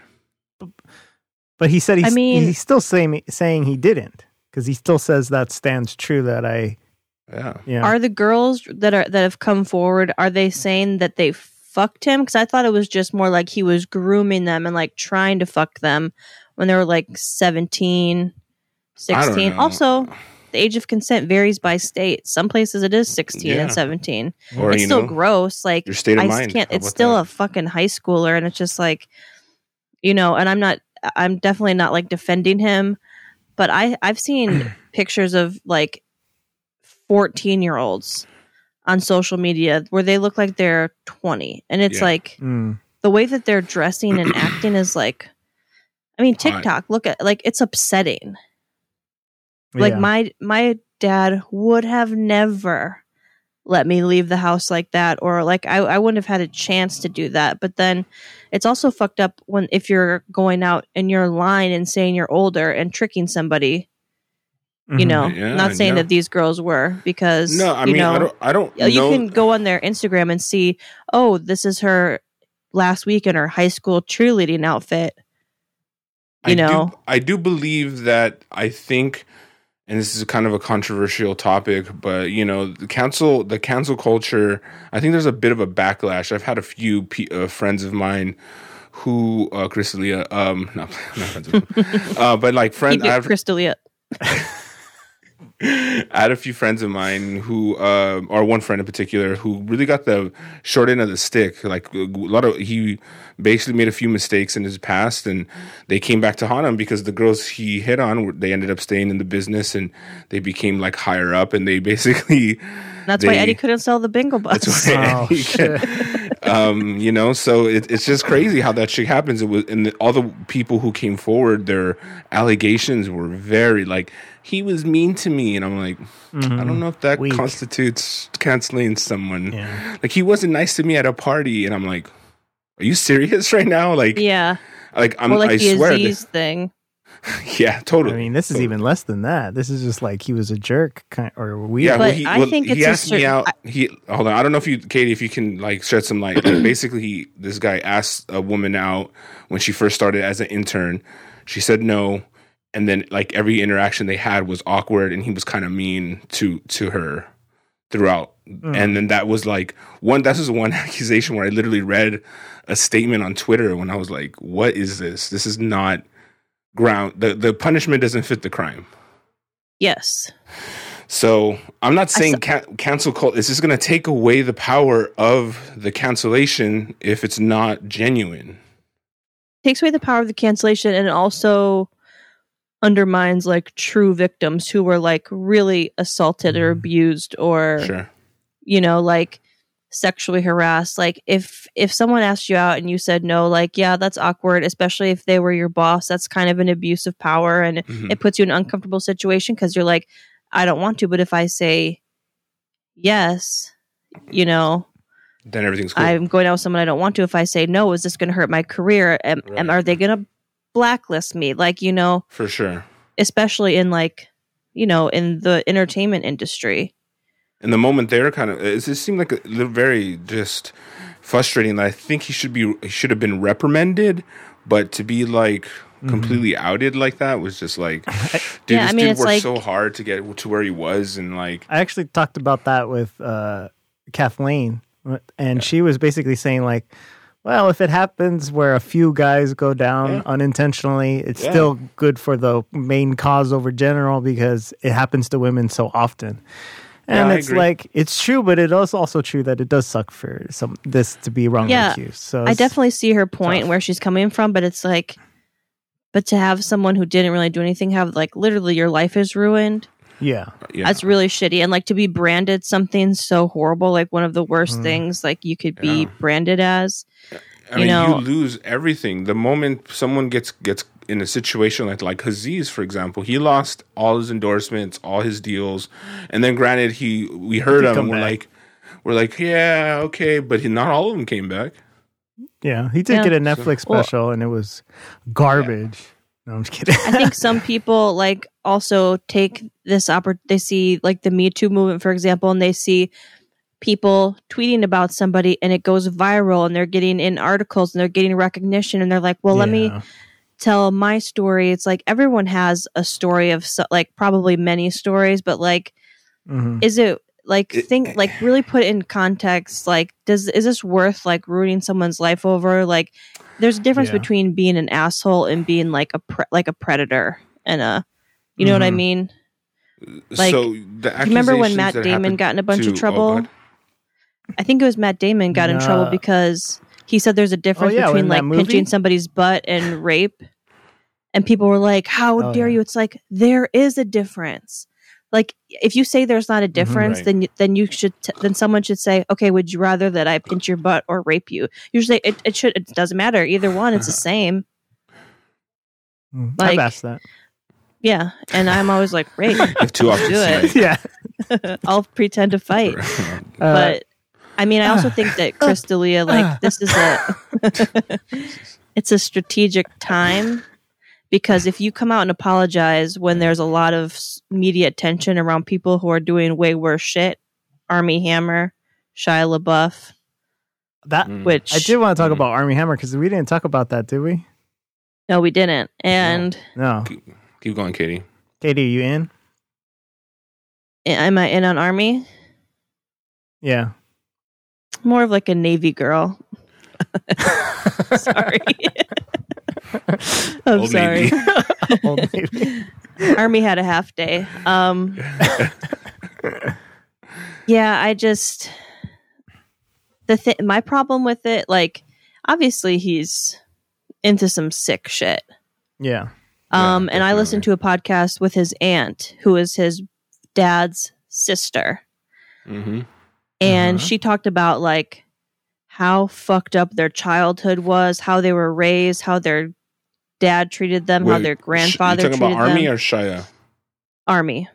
But he said he's, I mean- he's still saying saying he didn't because he still says that stands true that I Yeah. yeah Are the girls that are that have come forward are they saying that they fucked him? Because I thought it was just more like he was grooming them and like trying to fuck them when they were like 17, I don't 16. know. Also, the age of consent varies by state. Some places it is 16 Yeah. and 17. or it's you still know, gross. Like your state of I mind. can't. How It's about still that? a fucking high schooler, and it's just like, you know. And I'm not. I'm definitely not like defending him, but I I've seen pictures of like 14 year olds on social media where they look like they're 20, and it's Yeah. like Mm. the way that they're dressing and acting is like. I mean, Hot. TikTok. Look at like it's upsetting. Like Yeah. my my dad would have never let me leave the house like that or like I, I wouldn't have had a chance to do that. But then it's also fucked up when if you're going out and you're lying and saying you're older and tricking somebody, you Mhm. know. Yeah, not saying yeah. that these girls were because No, I you mean, know, I don't. I don't. yeah, you know- can go on their Instagram and see, oh, this is her last week in her high school cheerleading outfit. I you know. do, I do believe that I think, and this is kind of a controversial topic, but you know, the council, the council culture. I think there's a bit of a backlash. I've had a few pe uh, friends of mine who, uh, Chris Leah, um, not, not friends, of mine, uh, but like friends. Keep it I've, crystal I had a few friends of mine who, uh, or one friend in particular, who really got the short end of the stick. Like a lot of, he basically made a few mistakes in his past, and they came back to haunt him because the girls he hit on, were- they ended up staying in the business, and they became like higher up, and they basically. That's why They- Eddie couldn't sell the bingo bus. That's why Oh, he can- um, you know, so it, it's just crazy how that shit happens. It was, and the, all the people who came forward, their allegations were very like, he was mean to me, and I'm like, Mm-hmm, I don't know if that Weak. constitutes canceling someone. Yeah. Like he wasn't nice to me at a party, and I'm like, are you serious right now? Like, yeah. like I'm, Or like I the swear, Aziz thing. that- yeah, I totally. mean, this is Totally. even less than that. This is just like he was a jerk kind or weird. Yeah, well, But he, I well, think he it's a asked me certain- out. He hold on. I don't know if you, Katie, if you can like shed some light. Like, basically, he, this guy asked a woman out when she first started as an intern. She said no, and then like every interaction they had was awkward, and he was kind of mean to to her throughout. And then that was like one. That was one accusation where I literally read a statement on Twitter when I was like, "What is this? This is not ground. The the punishment doesn't fit the crime." Yes. So I'm not I saying ca- cancel culture. This is going to take away the power of the cancellation if it's not genuine. Takes away the power of the cancellation and it also undermines like true victims who were like really assaulted or abused or Mm-hmm. Sure. you know like sexually harassed like if if someone asked you out and you said no like yeah that's awkward especially if they were your boss that's kind of an abuse of power and Mhm. it puts you in an uncomfortable situation because you're like i don't want to but if i say yes you know Then everything's cool. I'm going out with someone I don't want to. If I say no, is this going to hurt my career? Am, am- Right. are they going to blacklist me? Like, you know, for sure. especially in like, you know, in the entertainment industry. And the moment there, kind of, it just seemed like a little very just frustrating. That I think he should be, he should have been reprimanded, but to be like completely outed like that was just like, dude, Mm-hmm. Yeah, I this mean, dude it's worked like- so hard to get to where he was, and like, I actually talked about that with uh, Kathleen, and she was basically saying like, "Well, if it happens where a few guys go down Yeah. unintentionally, it's Yeah. still good for the main cause over general because it happens to women so often." And Yeah, I it's agree. like it's true, but it is also true that it does suck for some this to be wrongly Yeah. accused. So I it's- definitely see her point tough. where she's coming from, but it's like, but to have someone who didn't really do anything have like literally your life is ruined. yeah, yeah, That's really shitty. And like to be branded something so horrible, like one of the worst things like you could be Mm-hmm. Yeah. branded as. I you mean, know- you lose everything the moment someone gets gets in a situation like like Haziz, for example. He lost all his endorsements, all his deals, and then granted, he we heard He'll him. And come we're back. like, we're like, yeah, okay, but he, not all of them came back. yeah. He did Yeah. get a Netflix Well- special, and it was garbage. No, I'm just kidding. I think some people like also take this oppor. They see like the Me Too movement, for example, and they see people tweeting about somebody and it goes viral and they're getting in articles and they're getting recognition and they're like, well, let me Yeah. tell my story. It's like everyone has a story of so, like probably many stories, but like Mhm. is it like It- think like really put in context like does is this worth like ruining someone's life over like there's a difference Yeah. between being an asshole and being like a pre- like a predator and a you know what i Mhm. mean Like, so the Do you remember when accusations matt that damon happened got in a bunch to- of oh, trouble God. i think it was matt damon got in trouble No. because he said there's a difference yeah, between in that like movie? pinching somebody's butt and rape and people were like how Oh, dare yeah. you it's like there is a difference like if you say there's Mm-hmm. not a difference Right. then you, then you should t- then someone should say okay would you rather that i pinch your butt or rape you usually it, it should it doesn't matter either one it's the same Mhm. like- I've asked that. yeah and i'm always like rape if two options Do it. yeah. i'll pretend to fight right. Uh, but I mean, I also think that Chris D'Elia, like, this is a it's a strategic time because if you come out and apologize when there's a lot of s- media attention around people who are doing way worse shit, Army Hammer, Shia LaBeouf, that Mm. which I did want to talk Mm. about Army Hammer because we didn't talk about that, did we? no, we didn't, and No. keep going katie Katie, you in? eh, am I in on Army? Yeah. More of like a Navy girl. sorry, I'm Old sorry. Navy. Old Navy. Army had a half day. Um, yeah, I just the thing. My problem with it, like, obviously he's into some sick shit. yeah. Um, Yeah, and I listened to a podcast with his aunt, who is his dad's sister, hmm and Uh-huh. she talked about like how fucked up their childhood was, how they were raised, how their dad treated them, how Wait, their sh- grandfather you talking treated about army them. Hmm. or shia Army.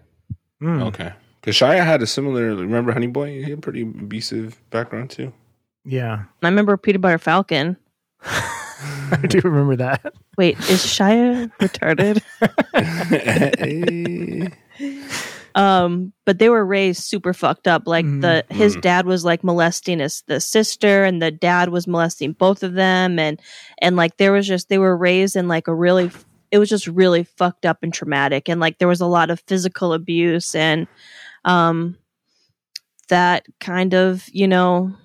Mm. Okay. Because Shia had a similar, remember Honey Boy? He had a pretty abusive background too. Yeah. I remember Peter Butter Falcon. I do remember that. Wait, is Shia retarded? Um, but they were raised super fucked up. Like the his Mhm. dad was like molesting his the sister, and the dad was molesting both of them, and and like there was just they were raised in like a really it was just really fucked up and traumatic, and like there was a lot of physical abuse and um that kind of you know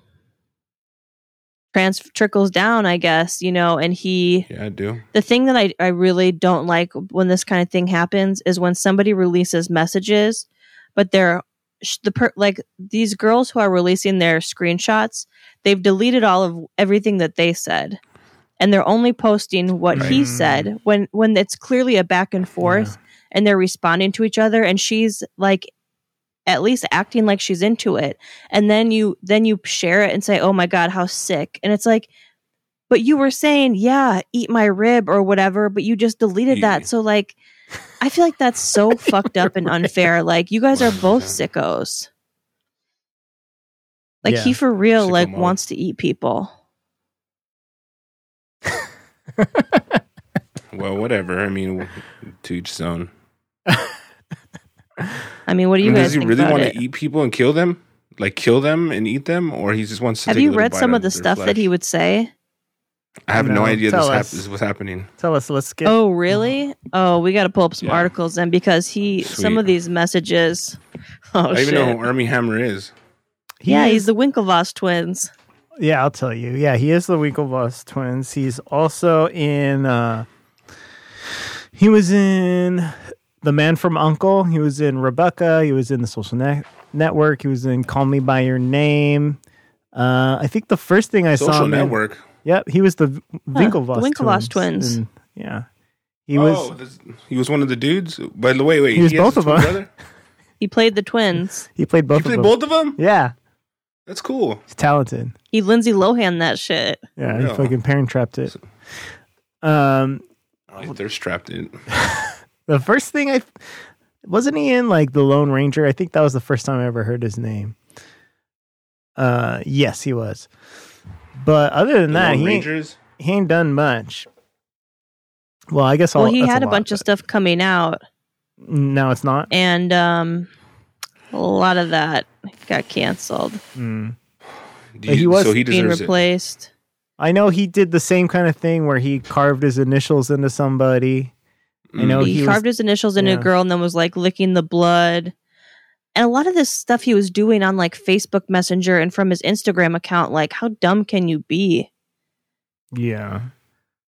trans trickles down, I guess you know, and he yeah, I do. the thing that I, I really don't like when this kind of thing happens is when somebody releases messages but they're sh- the per, like these girls who are releasing their screenshots they've deleted all of everything that they said and they're only posting what he Right. said when when it's clearly a back and forth and they're responding to each other and she's like at least acting like she's into it and then you then you share it and say oh my god how sick and it's like but you were saying yeah eat my rib or whatever but you just deleted Yeah. that so like i feel like that's so fucked up and unfair like you guys are both sickos like Yeah. he for real Sicko like mode. wants to eat people Well, whatever. I mean, to each his own. i mean what do you I mean, guys does he think really about want it? to eat people and kill them? Like kill them and eat them, or he just wants to? have take a you little read bite some out of the their stuff that flesh? he would say I have no, No, idea this, tell hap- us. this was happening. Tell us, let's get Oh, really? Oh, we got to pull up some Yeah. articles then because he some Sweet. of these messages. Oh I don't shit! even know who Army Hammer is. He yeah, is- he's the Winklevoss twins. Yeah, I'll tell you. Yeah, he is the Winklevoss twins. He's also in. uh He was in The Man from Uncle. He was in Rebecca. He was in The Social Net- Network. He was in Call Me by Your Name. Uh I think the first thing I saw Social him in- Network. yep, he was the V- Winklevoss, the Winklevoss twins. and- yeah, he oh, was. this- he was one of the dudes. By the way, wait, He was has both a of twin them. brother? He played the twins. He played He both. played of them. both of them. Yeah, That's cool. he's talented. He Lindsay Lohan that shit. Yeah, Yeah. he fucking parent trapped it. Um, They're strapped in. The first thing I wasn't he in like the Lone Ranger. I think that was the first time I ever heard his name. Uh, yes, he was. But other than that, he ain't, Rangers. he ain't done much. Well, I guess all well, he that's had a, lot, bunch of but stuff coming out, No, it's not. and um, a lot of that got canceled, Mm. Do you- he was so he being deserves it. replaced. I know he did the same kind of thing where he carved his initials into somebody. Mm. I know he, he, was, carved his initials into yeah. a girl and then was like licking the blood. And a lot of this stuff he was doing on like Facebook Messenger and from his Instagram account, like how dumb can you be? yeah.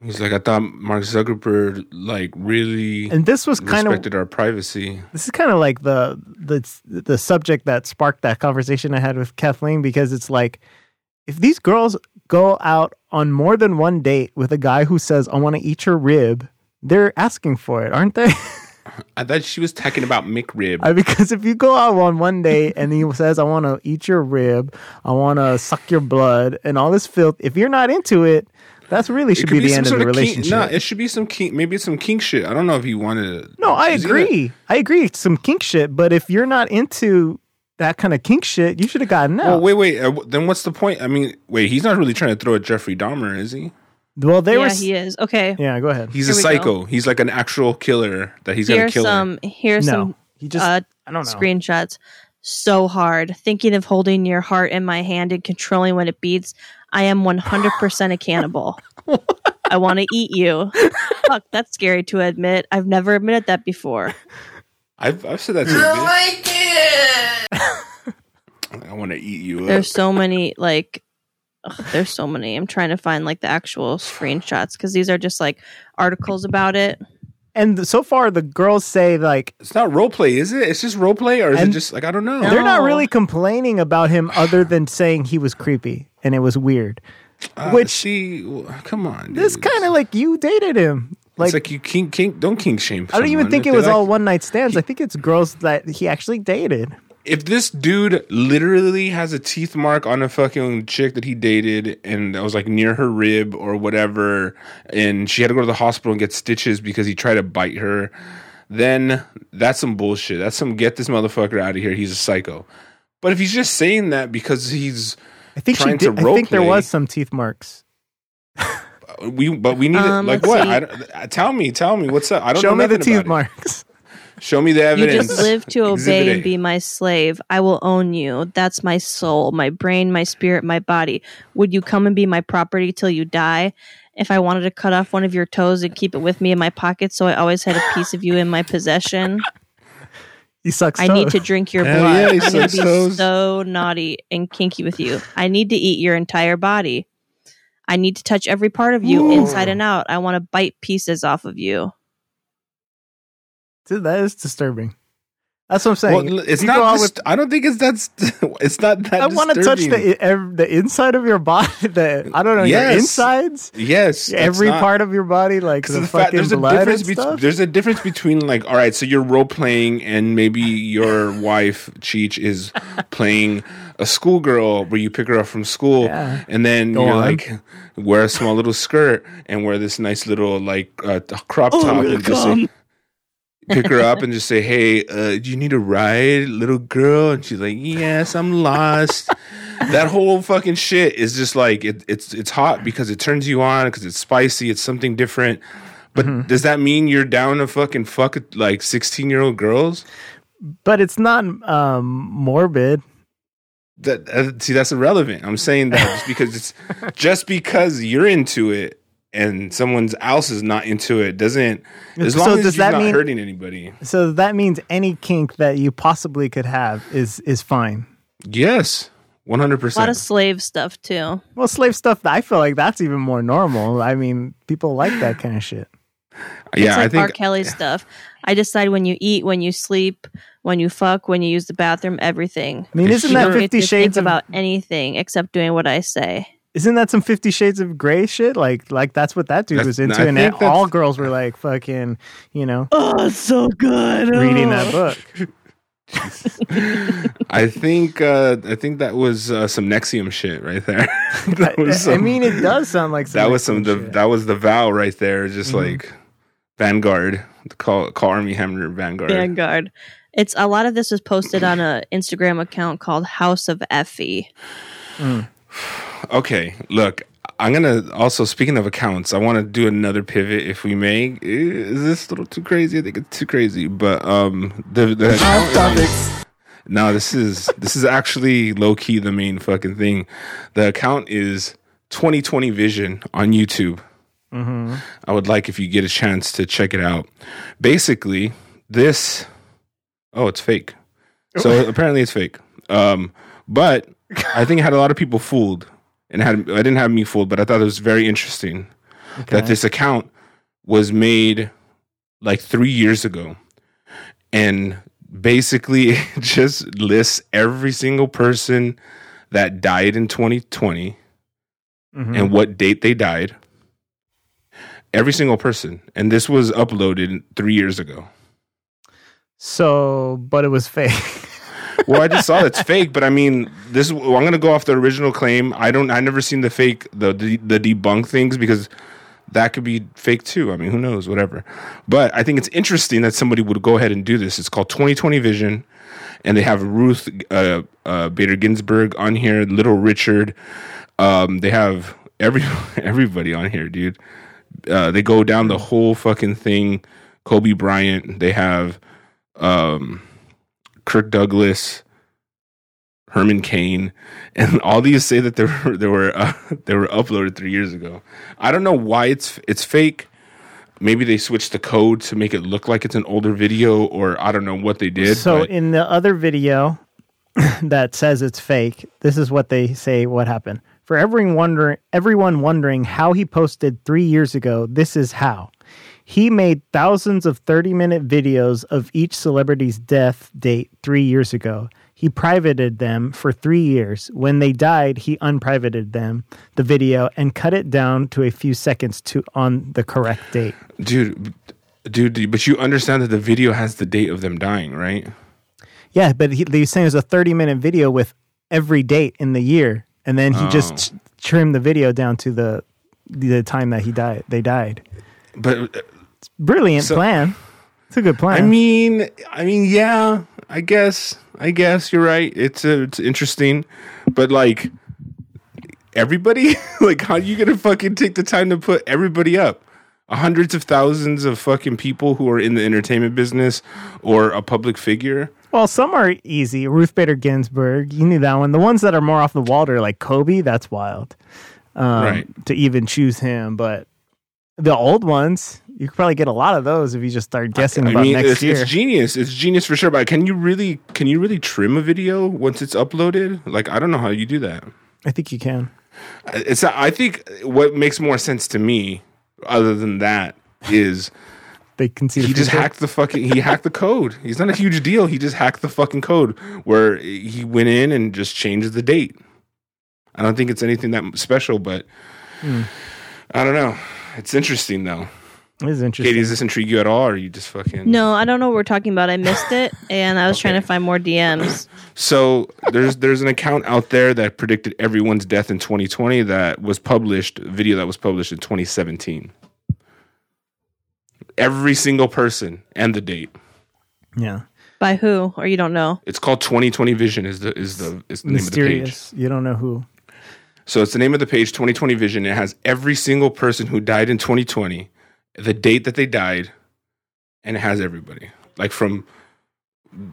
He's like, I thought Mark Zuckerberg like really And this was kind of respected our privacy. this is kind of like the the the subject that sparked that conversation I had with Kathleen because it's like if these girls go out on more than one date with a guy who says I want to eat your rib, they're asking for it, aren't they? I thought she was talking about McRib. I- because if you go out on one date and he says I want to eat your rib, I want to suck your blood and all this filth, if you're not into it, that's really should be, the end of the relationship. Kink, no, it should be some kink. Maybe it's some kink shit. I don't know if he wanted. to- No, I Is he agree. I agree. It's some kink shit, but if you're not into that kind of kink shit, you should have gotten out. Well, wait, wait. Uh, w- then what's the point? I mean, wait. He's not really trying to throw at Jeffrey Dahmer, is he? well, they yeah, were. s- he is. Okay. yeah, go ahead. He's Here a we go. psycho. He's like an actual killer that he's gonna here's kill. her. some here's no, some he just. uh, I don't know. screenshots. So hard. Thinking of holding your heart in my hand and controlling when it beats. I am 100% a cannibal. I want to eat you. Fuck, that's scary to admit. I've never admitted that before. I've, I've said that to you. bitch. I want to eat you. Up. There's so many, like, ugh, there's so many. I'm trying to find, like, the actual screenshots because these are just, like, articles about it. And th- so far, the girls say like It's not role play, is it? It's just role play, or is And- it just like I don't know? they're not No. really complaining about him, other than saying he was creepy and it was weird. Uh, which- she? Come on. This dude. kind of like you dated him. it's Like, like you kink kink. Don't kink shame. I don't even someone. think If it they was like- all one night stands. I think it's girls that he actually dated. if this dude literally has a teeth mark on a fucking chick that he dated and that was like near her rib or whatever, and she had to go to the hospital and get stitches because he tried to bite her, then that's some bullshit. That's some get this motherfucker out of here. He's a psycho. But if he's just saying that because he's I think she Trying to did. I think there roleplay. was some teeth marks. we, but we need it Um, like let's what? see. I don't, uh, tell me, tell me what's up. I don't Show know me the nothing teeth about marks. It. Show me the You evidence. just live Exhibit to obey A. and be my slave. I will own you. That's my soul, my brain, my spirit, my body. Would you come and be my property till you die? If I wanted to cut off one of your toes and keep it with me in my pocket so I always had a piece of you in my possession, He sucks. I toes. need to drink your Hell blood. yeah, he I'm going sucks to be toes. so naughty and kinky with you. I need to eat your entire body. I need to touch every part of you inside and out. I want to bite pieces off of you. Dude, that is disturbing. That's what I'm saying. Well, it's You go not. out Dist- I don't think it's that's. It's not that. I want to touch disturbing. the ev- the inside of your body. The I don't know your Yes. insides, Yes, that's every not- part of your body, like the, Because fucking there's a blood and difference between stuff. there's a difference between like all right, so you're role playing and maybe your wife Cheech is playing a schoolgirl where you pick her up from school Yeah. and then Go you're on. like wear a small little skirt and wear this nice little like uh, t- crop top and just say, pick her up and just say, "Hey, uh, do you need a ride, little girl?" And she's like, "Yes, I'm lost." that whole fucking shit is just like it, it's it's hot because it turns you on because it's spicy. It's something different. But Mm-hmm. does that mean you're down to fucking fuck like sixteen year old girls? but it's not um, morbid. That uh, see, that's irrelevant. I'm saying that just because it's just because you're into it and someone else is not into it doesn't. As So long as does you're that not mean- hurting anybody. So that means any kink that you possibly could have is is fine. Yes, one hundred A lot of percent. slave stuff, too. Well, slave stuff. I feel like that's even more normal. I mean, people like that kind of shit. Yeah, I it's like R. think Kelly stuff. I decide when you eat, when you sleep, when you fuck, when you use the bathroom, everything. I mean, It's isn't You that don't get Fifty to Shades think of about anything except doing what I say. Isn't that some Fifty Shades of Grey shit? Like, like that's what that dude That's- was no, into, I and think that's- all girls were like, fucking, you know, Oh, it's so good. Oh. reading that book. I think uh, I think that was uh, some Nexium shit right there. that I- was I some- mean, it does sound like some that was some the, shit. Mm-hmm. that was the vow right there, just like Vanguard, the call call Army Hammer Vanguard. Vanguard. It's a lot of this was posted on a Instagram account called House of Effie. Okay, look, I'm gonna also speaking of accounts, I want to do another pivot if we may. Is this a little too crazy? I think it's too crazy, but um, the the account is on- No, this is this is actually low key the main fucking thing. The account is 2020 Vision on YouTube. Mm-hmm. I would like if you get a chance to check it out. Basically, this oh, it's fake. So apparently it's fake. Um, but I think it had a lot of people fooled, and had I didn't have me fooled, but I thought it was very interesting that this account was made like three years ago, and basically it just lists every single person that died in 2020 Mm-hmm. and what date they died. Every single person, and this was uploaded three years ago. So, but it was fake. well, I just saw it's fake, but I mean, this. I'm gonna go off the original claim. I don't. I never seen the fake, the the, the debunk things because that could be fake too. I mean, who knows? Whatever. But I think it's interesting that somebody would go ahead and do this. It's called 2020 Vision, and they have Ruth uh, uh, Bader Ginsburg on here, Little Richard. Um, they have every everybody on here, dude. Uh, they go down the whole fucking thing. Kobe Bryant. They have. Um, Kirk Douglas, Herman Cain, and all these say that they were they were uh, they were uploaded three years ago. I don't know why it's it's fake. Maybe they switched the code to make it look like it's an older video, or I don't know what they did. so, but in the other video that says it's fake, this is what they say what happened. For everyone wondering, everyone wondering how he posted three years ago, this is how. He made thousands of 30 minute videos of each celebrity's death date three years ago. He privated them for three years. When they died, he unprivated them, the video, and cut it down to a few seconds to on the correct date. dude, dude, dude, but you understand that the video has the date of them dying, right? Yeah, but he, they saying it was a 30 minute video with every date in the year, and then he Oh. just trimmed the video down to the the time that he died. They died. But uh, Brilliant So- plan. It's a good plan. I mean, I mean, yeah, I guess, I guess you're right. It's uh it's interesting, but like everybody, like how you gonna fucking take the time to put everybody up? Hundreds of thousands of fucking people who are in the entertainment business or a public figure. well, some are easy. Ruth Bader Ginsburg, you knew that one. The ones that are more off the wall are like Kobe. That's wild. Um, Right. To even choose him, but the old ones, you could probably get a lot of those if you just start guessing I about mean, next it's, year. it's genius. It's genius for sure. But can you really, can you really trim a video once it's uploaded? Like, I don't know how you do that. I think you can. it's i think what makes more sense to me other than that is They can see. the he just future. hacked the fucking he hacked the code he's not a huge deal he just hacked the fucking code where he went in and just changed the date i don't think it's anything that special but Hmm. i don't know it's interesting though It is interesting. katie does this intrigue you at all or are you just fucking No, I don't know what we're talking about. I missed it, and I was trying to find more DMs. So there's there's an account out there that predicted everyone's death in 2020 that was published a video that was published in 2017. Every single person and the date. yeah. By who? Or you don't know? It's called 2020 Vision is the is the is the name of the page. mysterious. You don't know who. So it's the name of the page 2020 Vision. It has every single person who died in 2020, the date that they died, and it has everybody. Like from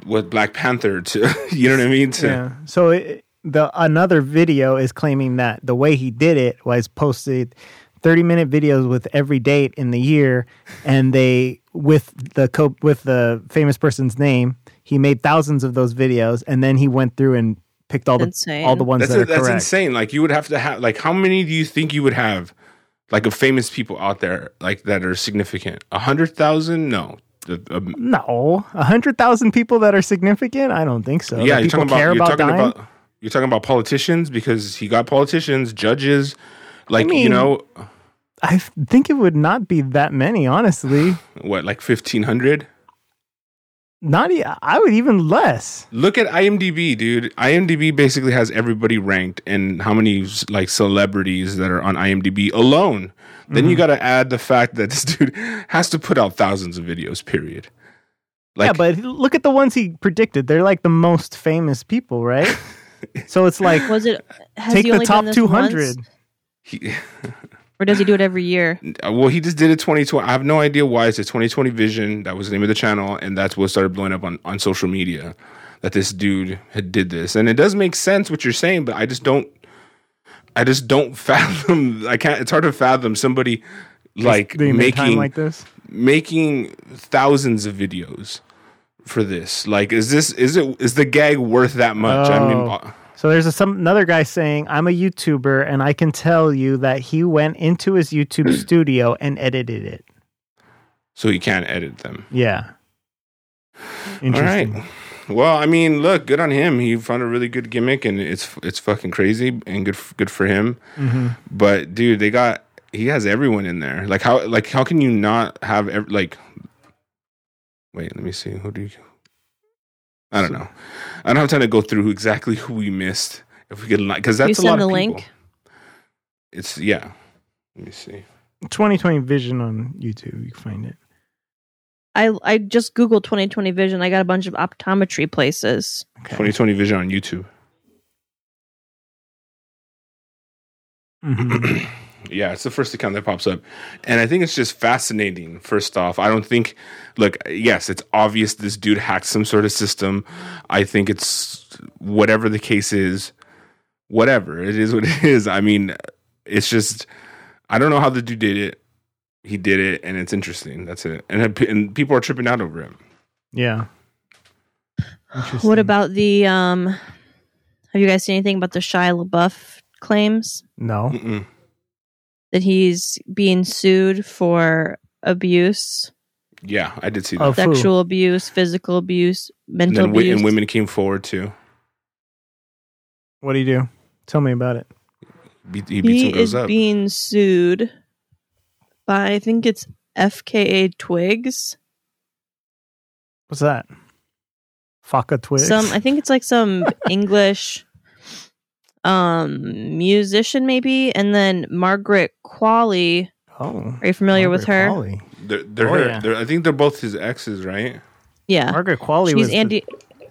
what Black Panther to you know what I mean to Yeah. So it, the another video is claiming that the way he did it was posted 30 minute videos with every date in the year and they with the co- with the famous person's name, he made thousands of those videos and then he went through and picked all the Insane. all the ones that's that a- are that's correct. insane. Like you would have to have like how many do you think you would have like of famous people out there like that are significant? A hundred thousand? No. The- um, No, 100,000 people that are significant? I don't think so. That yeah, you're people talking about care you're about talking dying? about you're talking about politicians because he got politicians, judges, like you mean- know I f- think it would not be that many, honestly. what like fifteen hundred. Not e- I would even less. Look at IMDb, dude. IMDb basically has everybody ranked and how many like celebrities that are on IMDb alone. Then Mm-hmm. you got to add the fact that this dude has to put out thousands of videos. Period. yeah, but look at the ones he predicted. They're like the most famous people, right? so it's like Was it? Has take he the only done top this two hundred. once, he, or does he do it every year? Uh, well, he just did it 2020. I have no idea why. It's a 2020 vision. That was the name of the channel, and that's what started blowing up on, on social media. that this dude had did this. And it does make sense what you're saying, but I just don't I just don't fathom I can't it's hard to fathom somebody like They make time making like this. making thousands of videos for this. Like is this is it is the gag worth that much? I mean Oh. uh, So there's a, some another guy saying, "I'm a YouTuber, and I can tell you that he went into his YouTube studio and edited it." so you can't edit them. Yeah. All right. Well, I mean, look, good on him. He found a really good gimmick, and it's it's fucking crazy and good f- good for him. Mhm. But dude, they got he has everyone in there. Like how like how can you not have ev- like? Wait, let me see. Who do you? I don't know. I don't have time to go through who exactly who we missed. If we could, because that's you a lot send of the people. link? It's yeah. Let me see. 2020 Vision on YouTube. You can find it. I I just googled 2020 vision. I got a bunch of optometry places. Okay. 2020 Vision on YouTube. Mhm. Yeah, it's the first account that pops up. And I think it's just fascinating, first off. I don't think, look, yes, it's obvious this dude hacked some sort of system. I think it's whatever the case is, whatever. It is what it is. I mean, it's just, I don't know how the dude did it. He did it, and it's interesting. That's it. And, and people are tripping out over him. Yeah. What Interesting. about the um? Have you guys seen anything about the Shia LaBeouf claims No. Mm-mm. that he's being sued for abuse, Yeah, I did see that. Of who? sexual abuse, physical abuse, and mental then wi- abuse? and women came forward too. What do you do? Tell me about it. Beat, he beat some he girls is up. being sued by I think it's FKA Twigs. What's that? Faka Twigs. Some I think it's like some English um musician maybe and then Margaret Qualley. oh. Are you familiar with her? Margaret Qualley. they're, they're, Oh, her- yeah. they're- I think they're both his exes, right? Yeah. Margaret Qualley She's was Andy the,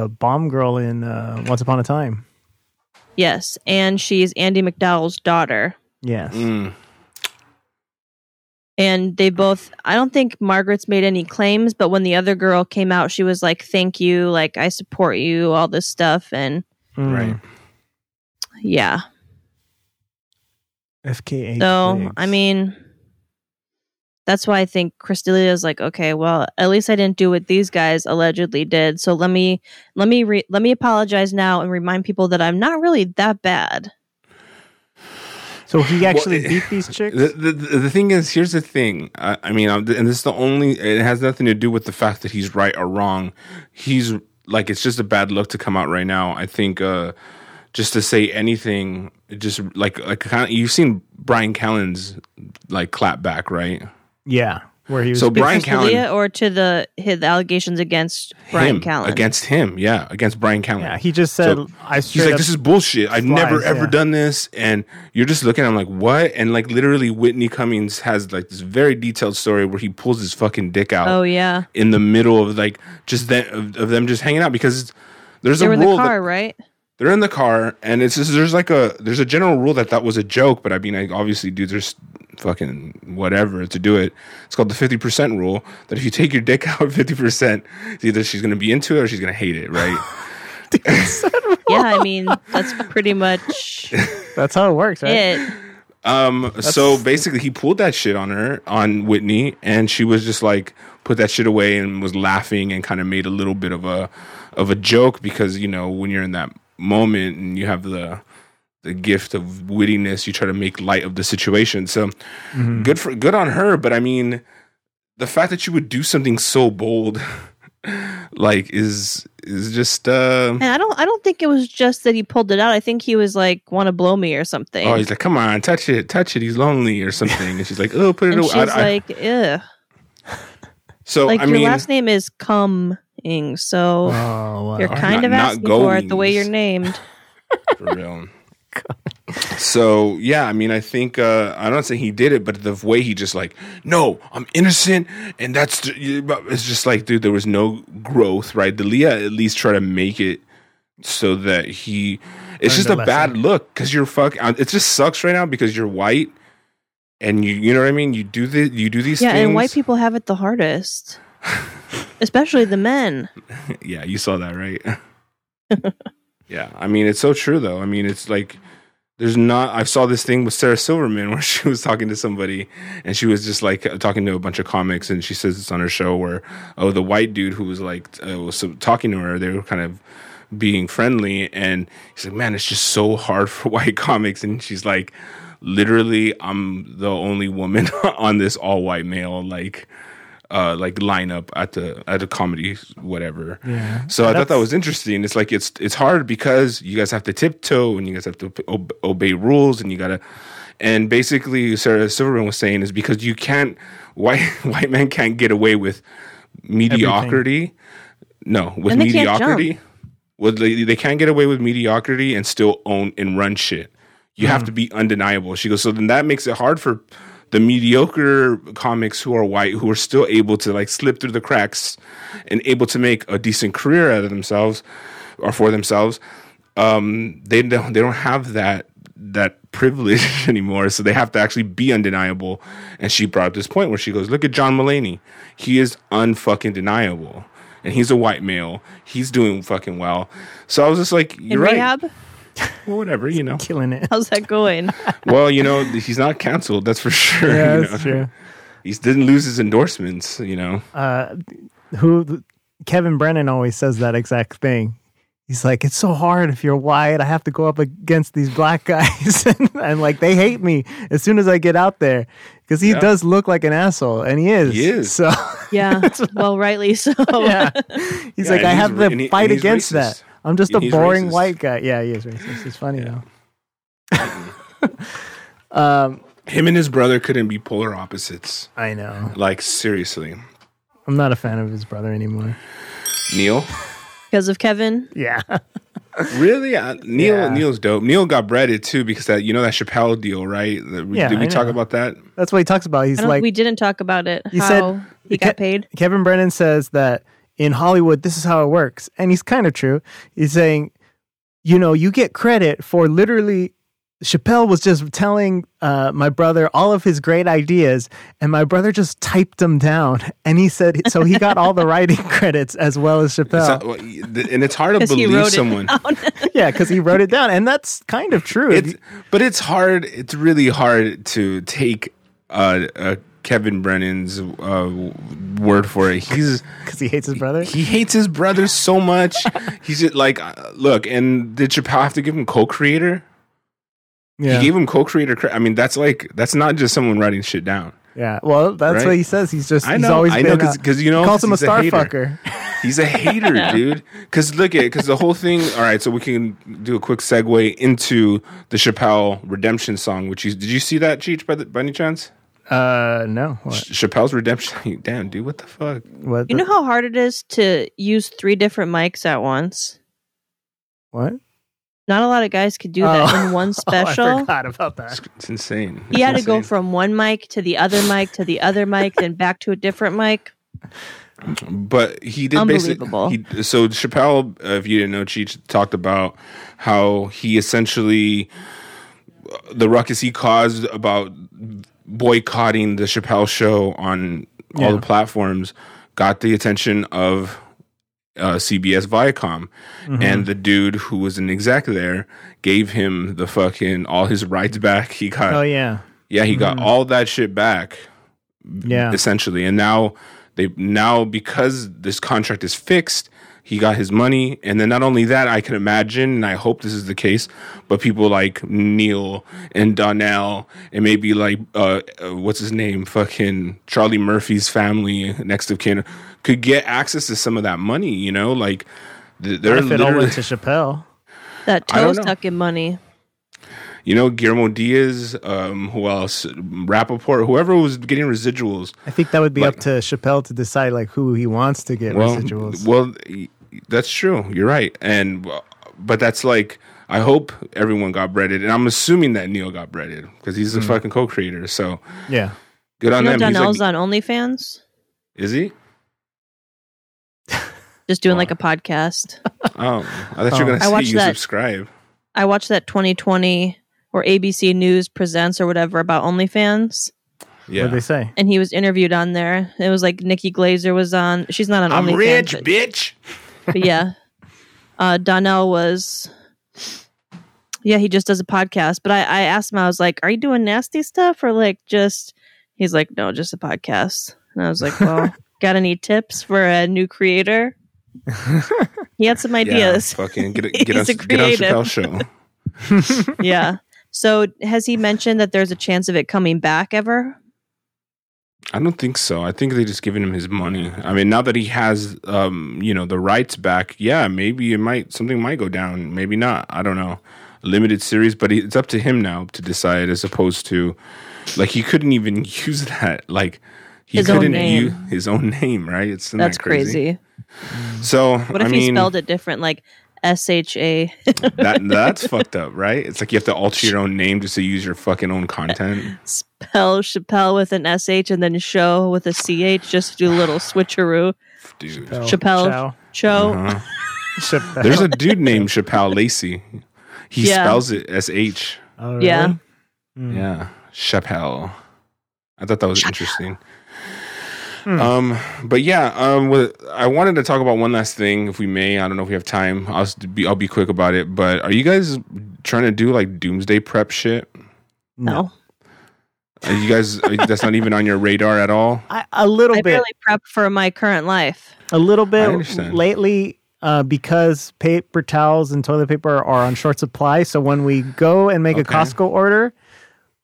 the bomb girl in uh, Once Upon a Time. Yes, and she's Andy McDowell's daughter. Yes. Mm. And they both I don't think Margaret's made any claims, but when the other girl came out, she was like, Thank you, like I support you, all this stuff and Mm. Right. yeah. FKA. So Twigs. I mean, that's why I think Cristelia is like, okay, well, at least I didn't do what these guys allegedly did. So let me let me re- let me apologize now and remind people that I'm not really that bad. So he actually Well, beat these chicks? The, the, the the thing is, here's the thing. I, I mean, I'm, and this is the only. It has nothing to do with the fact that he's right or wrong. He's like, it's just a bad look to come out right now. I think uh, just to say anything, it just like like kind of, you've seen Brian Callen's like clap back, right? yeah. Where he was. So To Brian Cristelia Callen, or to the his allegations against Brian him, Callen. against him, yeah, against Brian Callen. yeah. He just said, So I She's straight like, up. this is bullshit. I've never flies, ever yeah. done this. And you're just looking at him like, what? And like, literally, Whitney Cummings has like this very detailed story where he pulls his fucking dick out oh yeah, in the middle of like just that of, of them just hanging out because it's- there's they a were in rule the car, that right? they're in the car and it's just, there's like a there's a general rule that that was a joke, but I mean, I obviously, dude, there's fucking whatever to do it. It's called the fifty percent rule that if you take your dick out fifty percent, either she's gonna be into it or she's gonna hate it, right? Yeah, I mean that's pretty much That's how it works, right? it. Um. so basically, he pulled that shit on her, on Whitney, and she was just like put that shit away and was laughing and kind of made a little bit of a of a joke because you know when you're in that moment and you have the the gift of wittiness, you try to make light of the situation. So Mm-hmm. good for good on her, but I mean, the fact that you would do something so bold, like is is just uh, And I don't I don't think it was just that he pulled it out. I think he was like, want to blow me or something. oh, he's like, come on, touch it, touch it. He's lonely or something, and she's like, oh, put it and away. she's I- I- like, ugh. so like I your mean, last name is Cumming, so Oh, wow. you're Or kind not- of not asking for it the way goings. you're named. for real. So yeah, I mean, I think uh, I don't say he did it, but the way he just like, no, I'm innocent, and that's the- you- but it's just like, dude, there was no growth, right? The Leah at least try to make it so that he, it's Learned just a a bad lesson. look because you're fuck. uh, It just sucks right now because you're white, and you, you know what I mean. You do the, you do these Yeah, things, and white people have it the hardest. especially the men. yeah, you saw that, right? yeah, I mean, it's so true though. I mean, it's like there's not. I saw this thing with Sarah Silverman where she was talking to somebody, and she was just like talking to a bunch of comics, and she says it's on her show where oh, the white dude who was like uh, was talking to her, they were kind of being friendly, and he's like, man, it's just so hard for white comics, and she's like. Literally, I'm the only woman on this all white male like uh, like lineup at the at the comedy whatever. Yeah. So I thought that That's- was interesting. It's like it's it's hard because you guys have to tiptoe and you guys have to ob- obey rules and you gotta. And basically, Sarah Silverman was saying is because you can't white white men can't get away with mediocrity. No, with And they can't mediocrity. Well, they, they can't get away with mediocrity and still own and run shit. You have Hmm. to be undeniable. She goes, so then that makes it hard for the mediocre comics who are white, who are still able to like slip through the cracks and able to make a decent career out of themselves or for themselves. Um, they don't they don't have that that privilege anymore. So they have to actually be undeniable. And she brought up this point where she goes, Look at John Mullaney. He is unfucking deniable. And he's a white male. He's doing fucking well. So I was just like, In You're right. rehab, Well, whatever, you know. killing it. how's that going? well, you know, he's not canceled, that's for sure. Yeah, you that's know? true. He didn't lose his endorsements, you know. Who Kevin Brennan always says that exact thing. He's like, it's so hard if you're white. I have to go up against these black guys, and, like they hate me as soon as I get out there because he Yeah. does look like an asshole, and he is. He is. So Yeah, well, rightly so. yeah, he's Yeah, like, and I he's have ra- to and he- and fight he's against racist. that. I'm just And a he's boring racist. white guy. Yeah, he is racist. It's funny though. um, Him and his brother couldn't be polar opposites. I know. Like seriously. I'm not a fan of his brother anymore. Neil? Because of Kevin, Yeah. Really, uh, Neil? Yeah. Neil's dope. Neil got breaded too because that you know that Chappelle deal, right? The- Yeah, did we I talk know. about that? That's what he talks about. He's I don't, like, we didn't talk about it. You said- how he got paid. Kevin Brennan says that in Hollywood, this is how it works. And he's kind of true. He's saying, you know, you get credit for literally. Chappelle was just telling uh, my brother all of his great ideas, and my brother just typed them down. And he said, so he got all the writing credits as well as Chappelle. It's not- well, y- th- and it's hard to 'Cause he believe wrote it someone. yeah, because he wrote it down, and that's kind of true. It's but it's hard. It's really hard to take uh, uh, Kevin Brennan's uh, word for it. He's Because he hates his brother. He hates his brother so much. He's just like, uh, look, and did Chappelle have to give him co-creator? Yeah, He gave him co-creator. Cre- I mean, that's like that's not just someone writing shit down. yeah. Well, that's Right? what he says. He's just I he's know, always I know, been, 'cause- uh, 'cause you know, he calls him a 'cause he's a star hater. fucker. He's a hater, dude. Because look at because the whole thing. All right, so we can do a quick segue into the Chappelle Redemption song. Which you did you see that Cheech by, the, by any chance? Uh, no. What? Chappelle's Redemption. Damn, dude, what the fuck? What? You know how hard it is to use three different mics at once. what? Not a lot of guys could do that in one special. Oh, I forgot about that. It's, it's insane. he had to go It's insane. from one mic to the other mic to the other mic, then back to a different mic. but he did Unbelievable. basically. He, so Chappelle, uh, if you didn't know, Cheech talked about how he essentially the ruckus he caused about boycotting the Chappelle show on all the platforms got the attention of uh, CBS Viacom, and the dude who was an exec there gave him the fucking all his rights back. He got Oh yeah, yeah, he got all that shit back yeah. essentially. And now they now because this contract is fixed, he got his money. And then not only that, I can imagine, and I hope this is the case, but people like Neil and Donnell and maybe like uh, uh, what's his name, fucking Charlie Murphy's family, next of kin, could get access to some of that money. You know, like th- they're if it all literally, went to Chappelle, That I don't know. toe stuck in money. you know, Guillermo Diaz, um, who else, Rappaport, whoever was getting residuals. I think that would be Like- up to Chappelle to decide like who he wants to get well, residuals. Well, y- that's true. You're right. And uh, but that's like I hope everyone got breaded, and I'm assuming that Neil got breaded because he's Hmm. a fucking co-creator. So yeah, good You on know them. He's Donnell's like, on OnlyFans? is he? Just doing like a podcast. Oh, I thought you Oh. were gonna I say watched you that. subscribe. I watched that 2020 or ABC News Presents or whatever about OnlyFans. what Yeah. what they say. and he was interviewed on there. It was like Nikki Glazer was on. She's not on I'm OnlyFans, rich, but- bitch. but yeah, uh, Donnell was. Yeah, he just does a podcast. But I, I asked him, I was like, "Are you doing nasty stuff or like just?" He's like, "No, just a podcast." And I was like, "Well, got any tips for a new creator?" he had some ideas. Yeah, fucking get, it- get, on, He's a get on creative. Chappelle's show. Yeah. So has he mentioned that there's a chance of it coming back ever? I don't think so. I think they just giving him his money. I mean, now that he has, um, you know, the rights back, yeah, maybe it might something might go down. Maybe not. I don't know. Limited series, but it's up to him now to decide. As opposed to, like, he couldn't even use that. Like, he His own couldn't name. use his own name. Right? It's That's crazy. So What I if mean, he spelled it different, like S H A? that that's fucked up, right? It's like you have to alter your own name just to use your fucking own content. Spell Chappelle with an S H and then show with a C H. Just do a little switcheroo. Dude. Chappelle. Chow. Show. Uh-huh. Chappelle. There's a dude named Chappelle Lacey. He Yeah. spells it S H. Oh, really? Yeah. Mm. Yeah, Chappelle. I thought that was interesting. Hmm. Um, but yeah, um, with, I wanted to talk about one last thing, if we may. I don't know if we have time. I'll s- be I'll be quick about it. But are you guys trying to do like doomsday prep shit? No. Are you guys are- that's not even on your radar at all? I, a little I bit. barely prep for my current life. a little I bit understand. lately uh, because paper towels and toilet paper are on short supply. So when we go and make Okay. a Costco order,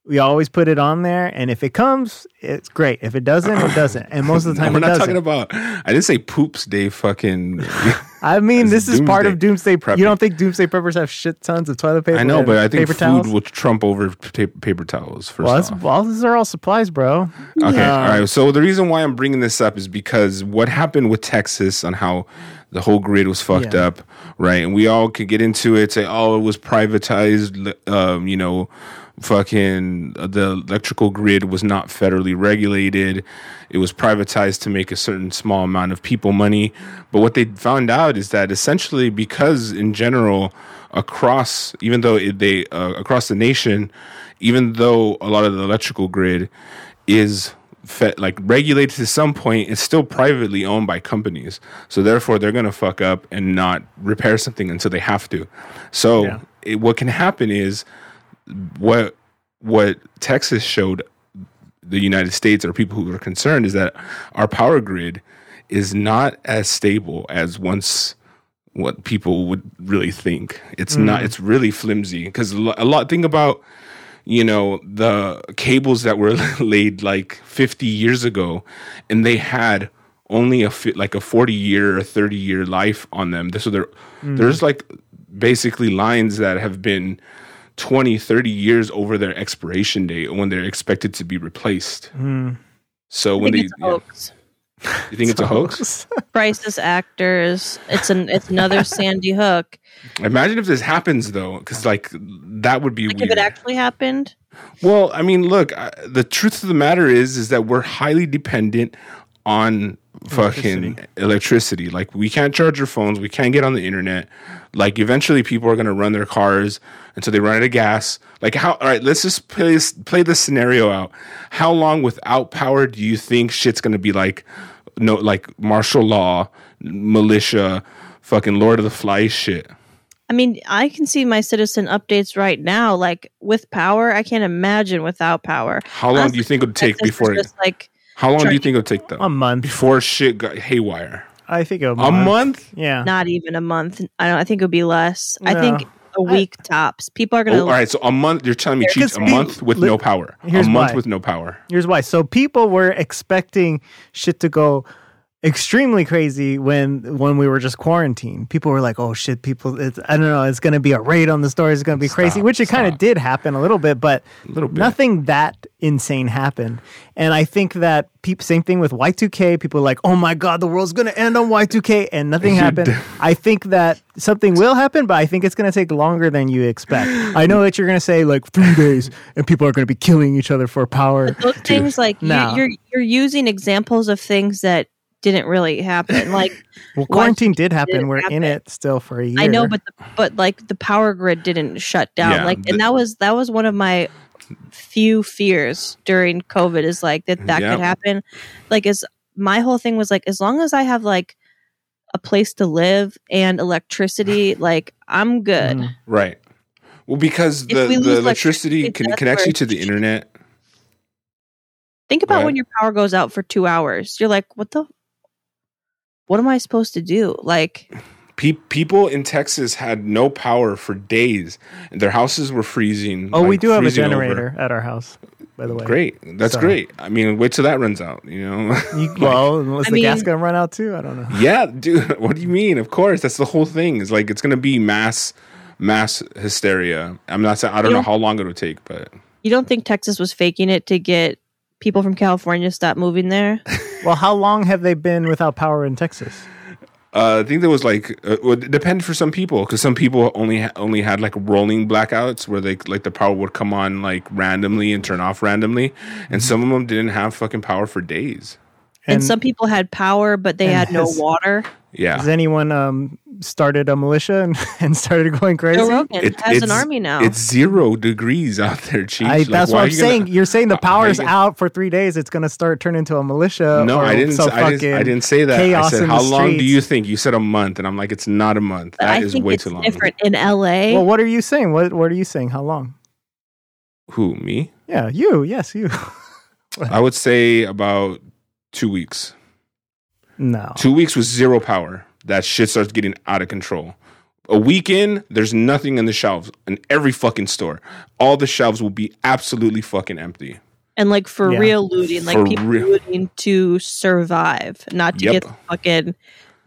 we always put it on there, and if it comes, it's great. If it doesn't, it doesn't, and most of the No, time we're it not doesn't. talking about. I didn't say poops day. Fucking. I mean, This this is is part of doomsday prepping. prep. You don't think doomsday preppers have shit tons of toilet paper? I know, and but I think paper food towels. will trump over pa- paper towels. First well, off. that's, well, these are all supplies, bro. Okay. Yeah. All right. So the reason why I'm bringing this up is because what happened with Texas on how the whole grid was fucked Yeah. up, right? And we all could get into it, say, oh, it was privatized, le- um, you know, fucking uh, the electrical grid was not federally regulated. It was privatized to make a certain small amount of people money. But what they found out is that essentially, because in general, across even though it, they uh, across the nation even though a lot of the electrical grid is fe- like regulated to some point, it's still privately owned by companies. So therefore, they're gonna fuck up and not repair something until they have to. So Yeah. it, what can happen is what what Texas showed the United States or people who are concerned is that our power grid is not as stable as once what people would really think. It's not. It's really flimsy because a lot. Think about you know the cables that were laid like 50 years ago and they had only a fi- like a 40 year or 30 year life on them so there there's like basically lines that have been 20 30 years over their expiration date when they're expected to be replaced so I when think they it's a hoax. yeah. you think it's a hoax Crisis actors. It's an. It's another Sandy Hook. imagine if this happens though because like that would be Like weird if it actually happened, Well, I mean, look, I, the truth of the matter is is that we're highly dependent on fucking electricity. Like we can't charge our phones, we can't get on the internet. Like eventually people are going to run their cars until they run out of gas. Like how all right, let's just play this- play this scenario out. How long without power do you think shit's going to be like no like martial law, militia, fucking lord of the flies shit? I mean, I can see my citizen updates right now. Like with power, I can't imagine without power. How long do you think it would take Texas is before it? just like How long do you think it would take though? A month, before shit got haywire. I think a A month. month? Yeah, not even a month. I don't. I think it would be less. I No. think a week tops. People are gonna. Oh, all right, so a month. You're telling me, There Cheech, a could be- month with li- no power. A here's month why. with no power. Here's why. So people were expecting shit to go extremely crazy when when we were just quarantined. People were like, "Oh shit, people! It's, I don't know. It's going to be a raid on the stores. It's going to be crazy." Stop, Which it kind of stop. did happen a little bit, but little bit. nothing that insane happened. And I think that peop, same thing with Y2K. People were like, "Oh my god, the world's going to end on Y2K," and nothing happened. I think that something will happen, but I think it's going to take longer than you expect. I know that you're going to say like three days, and people are going to be killing each other for power. those things like you- no. you're you're using examples of things that didn't really happen like Well, Why quarantine did did it happen. We're happen? in it still for a year. i know but the, but like the power grid didn't shut down Yeah, like the- and that was that was one of my few fears during COVID is like that that Yep. could happen. Like, is my whole thing was like, as long as I have like a place to live and electricity, like I'm good. Mm. Right. Well, because If the, we lose the electricity electricity, con- that's connects where you to the it's- internet. Think about Right. when your power goes out for two hours. You're like, what the? What am I supposed to do? Like, Pe- people in Texas had no power for days. Their houses were freezing. Oh, we like, do have a freezing over. generator at our house, by the way. Great. That's So- great. I mean, wait till that runs out, you know? You, well, unless I the gas mean- gonna run out too, I don't know. yeah, dude. What do you mean? Of course. That's the whole thing. It's like it's going to be mass mass hysteria. I'm not saying I don't You know don't- how long it'll take, but you don't think Texas was faking it to get people from California to stop moving there? Well, how long have they been without power in Texas? uh, I think there was like uh, well, it depended for some people because some people only ha- only had like rolling blackouts where they like the power would come on like randomly and turn off randomly, Mm-hmm. and some of them didn't have fucking power for days. And, some people had power, but they and had no has- water. Yeah, has anyone um, started a militia and, and started going Joe crazy? Rogan It- has an it's- army now. It's zero degrees out there, Chief. I, Like, that's why what are I'm you gonna- saying. You're saying the how are you power's gonna- out for three days. It's gonna start turn into a militia. No, or I didn't. uh, some I didn't, I fucking didn't say that. I chaos said, in how the long do streets." you think? You said a month, and I'm like, it's not a month. But That I is think way it's too long. different in LA. Well, what are you saying? What What are you saying? How long? Who me? Yeah, you. Yes, you. I would say about two weeks. no. Two weeks with zero power. That shit starts getting out of control. A week in, there's nothing in the shelves in every fucking store. All the shelves will be absolutely fucking empty. and like for Yeah. real looting, like For people real. looting to survive, not to Yep. get fucking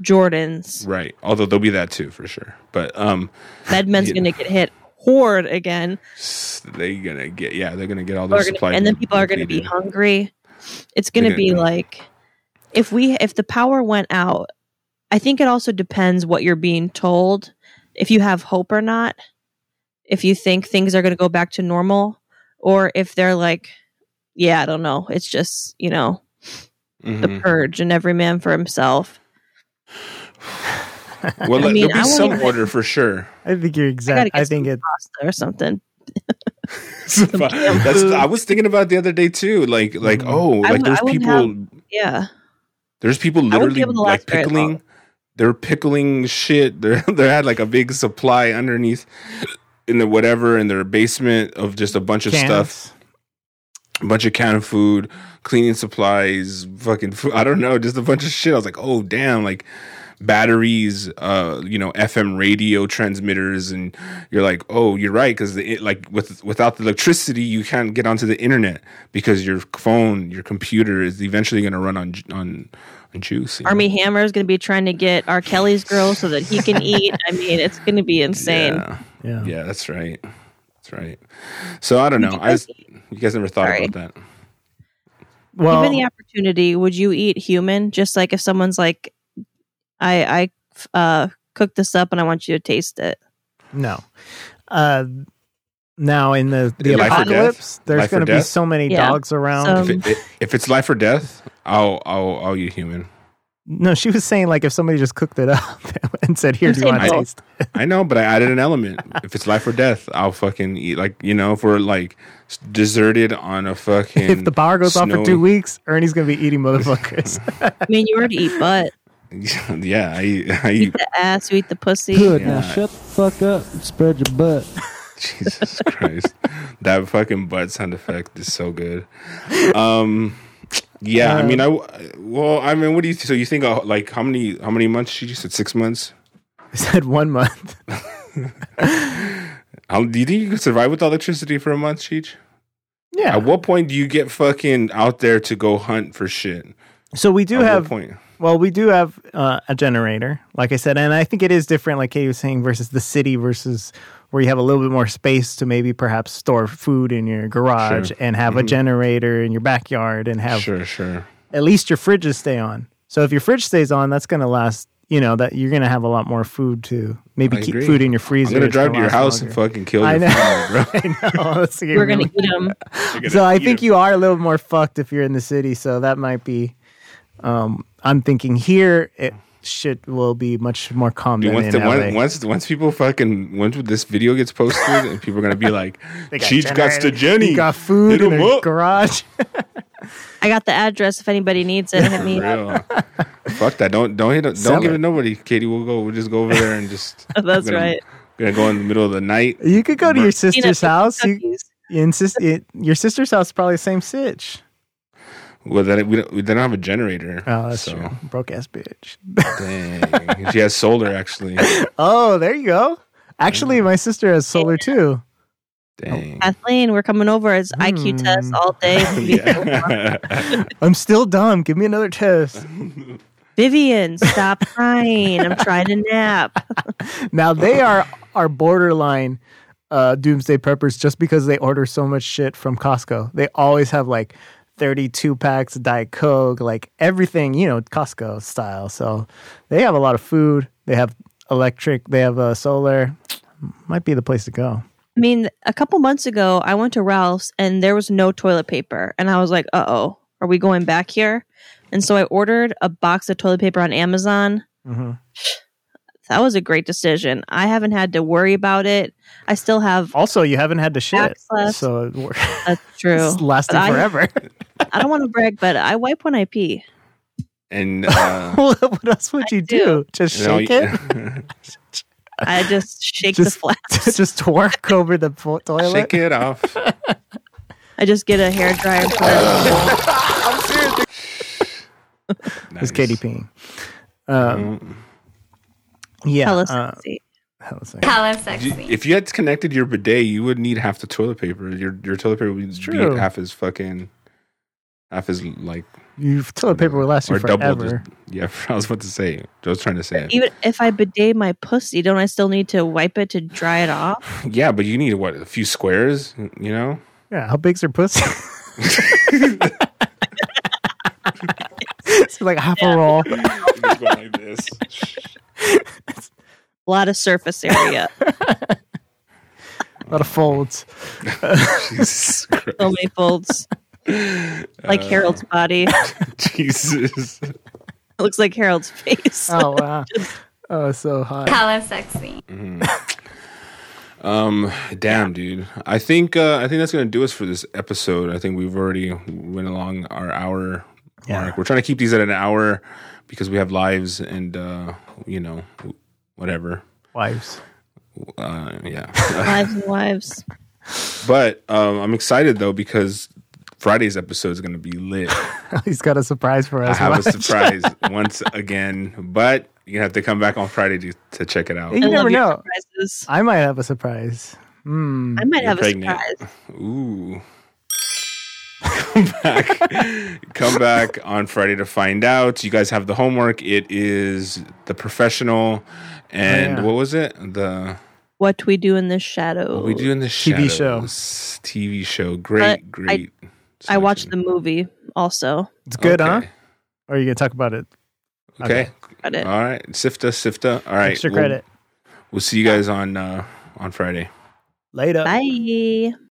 Jordans. Right. Although there'll be that too for sure. But um, That men's Yeah. gonna get hit hard again. s- they gonna get yeah, they're gonna get all Or their gonna- supplies, and then people are gonna be depleted. hungry. It's gonna They're be gonna- like if we if the power went out, I think it also depends what you're being told, if you have hope or not, if you think things are gonna go back to normal, or if they're like, Yeah, I don't know. It's just, you know, the Mhm. purge and every man for himself. Mm-hmm. Well, I let- mean, I there'll be won't some even- order for sure. I think you're exact. get I think some it. pasta or something. damn That's, food. Mm-hmm. I was thinking about the other day too. Like like Mhm. oh, I like wou- there's I wouldn't people Yeah. There's people be literally able to like last very pickling. long. They're pickling shit. They they had like a big supply underneath in the whatever in their basement of just a bunch of stuff, Cans. a bunch of canned food, cleaning supplies, fucking food. I don't know, just a bunch of shit. I was like, oh damn, like batteries, uh, you know, FM radio transmitters, and you're like, oh, you're right, because like with without the electricity, you can't get onto the internet because your phone, your computer is eventually gonna run on ju- on on juice. you know? Army Hammer is going to be trying to get R. Kelly's girl so that he can eat. I mean, it's going to be insane. Yeah. Yeah. yeah, that's right. That's right. So I don't know. I just, you guys never thought Sorry. about that. Well, Given the opportunity, would you eat human? Just like if someone's like, I, I uh, cooked this up and I want you to taste it. No. Uh, now in the the Life or death? apocalypse, there's Life or going to be death? so many Yeah. dogs around. So- If, it, if it's life or death, I'll I'll I'll eat human. no, she was saying like if somebody just cooked it up and said, "Here, I'm do you saying want to both. taste?" I know, but I added an element. If it's life or death, I'll fucking eat. Like you know, if we're like s- deserted on a fucking If the power goes off for snowy- two weeks, Ernie's going to be eating motherfuckers. I mean, you already eat butt, yeah, I eat, I eat. the ass, you eat the pussy. Good. Yeah. Now shut the fuck up and spread your butt. Jesus Christ, that fucking butt sound effect is so good. Um, yeah, I mean, I w- well, I mean, what do you? so you think uh, like how many how many months? She just said six months. I said one month. How, do you think you could survive with electricity for a month, Cheech? Yeah. At what point do you get fucking out there to go hunt for shit? so we do At have what point? Well, we do have uh, a generator, like I said, and I think it is different, like Katie was saying, versus the city versus where you have a little bit more space to maybe perhaps store food in your garage Sure. Mm-hmm. and have a generator in your backyard and have Sure, sure. at least your fridges stay on. So if your fridge stays on, that's going to last. You know that you're going to have a lot more food to maybe I keep agree. food in your freezer. I'm gonna It's drive to your last house and longer. fucking kill I you, know. bro. I know. That's We're going really- to eat them. so I think you are a little more fucked if you're in the city. So that might be. Um, I'm thinking here. It, shit will be much more calm Dude, than once, in the, LA. one, once once people fucking once this video gets posted and people are gonna be like, They Cheech got to generated- Jenny, He got food Hit in him a up. garage. I got the address if anybody needs it. Hit me up. Real. Fuck that! Don't don't hit don't Sell give it. it to nobody, Katie. We'll go. We'll just go over there and just. That's gonna- right. Gonna go in the middle of the night. you could go to your sister's Peanut house. You, cookies. you insist, it, your sister's house is probably the same sitch. Well, then we don't, we don't have a generator. Oh, that's so, true. Broke ass bitch. Dang, she has solar actually. Oh, there you go. Actually, my sister has solar too. Dang. Kathleen, we're coming over. It's IQ test all day. Yeah. I'm still dumb. Give me another test. Vivian, stop crying. I'm trying to nap. Now they are are borderline uh, doomsday preppers just because they order so much shit from Costco. They always have like 32 packs of Diet Coke, like everything, you know, Costco style. So they have a lot of food. They have electric. They have uh, solar. Might be the place to go. I mean, a couple months ago, I went to Ralph's and there was no toilet paper. And I was like, uh oh, are we going back here? And so I ordered a box of toilet paper on Amazon. Mhm. That was a great decision. I haven't had to worry about it. I still have. Also, you haven't had to shit, Access. so it wor- That's true. it's lasting But I- forever. I don't want to brag, but I wipe when I pee. and uh, what what else would you do? do. Just you know, shake it? I just shake Just- the flaps. Just twerk over the po- toilet? shake it off. I just get a hair dryer. and put it on. Nice. It's Katie peeing. Um, Mm-hmm. yeah. Hello, uh, sexy. hella sexy. Hello, sexy. You- If you had connected your bidet, you would need half the toilet paper. Your your toilet paper would true. be half as fucking, half as like You toilet paper will last you or double. forever. just- yeah, I was about to say. I was trying to say. It. Even if I bidet my pussy, don't I still need to wipe it to dry it off? Yeah, but you need what a few squares, you know? Yeah. How big's her pussy? it's like half a roll. Just go like this. A lot of surface area. A lot of folds. Jesus Christ. so many folds. Like Harold's Uh, body. It Jesus. looks like Harold's face. Oh wow. Oh, it's so hot. Hello, sexy. Um, damn, dude. I think uh, I think that's gonna do us for this episode. I think we've already went along our hour Yeah. mark. We're trying to keep these at an hour because we have lives and uh, you know whatever. Wives. Uh, yeah. Wives and wives. but um, I'm excited though because Friday's episode is gonna be lit. He's got a surprise for I us. have a Why- surprise once again, but you have to come back on Friday to, to check it out. You I never love your know. surprises. I might have a surprise. Hmm. I might Um, You're have pregnant. a surprise. Ooh. Come back. Come back on Friday to find out. You guys have the homework. It is the professional and Oh, yeah. what was it? The What we do in the shadow. what we do in the TV show. shadows. TV show. Great, But great. Uh, I watched selection. the movie also. It's good, Okay. huh? Or are you gonna talk about it? Okay. Got it. All right. Sifta, Sifta. All right. Extra We'll- credit. We'll, see you guys on uh on Friday. Later. Bye.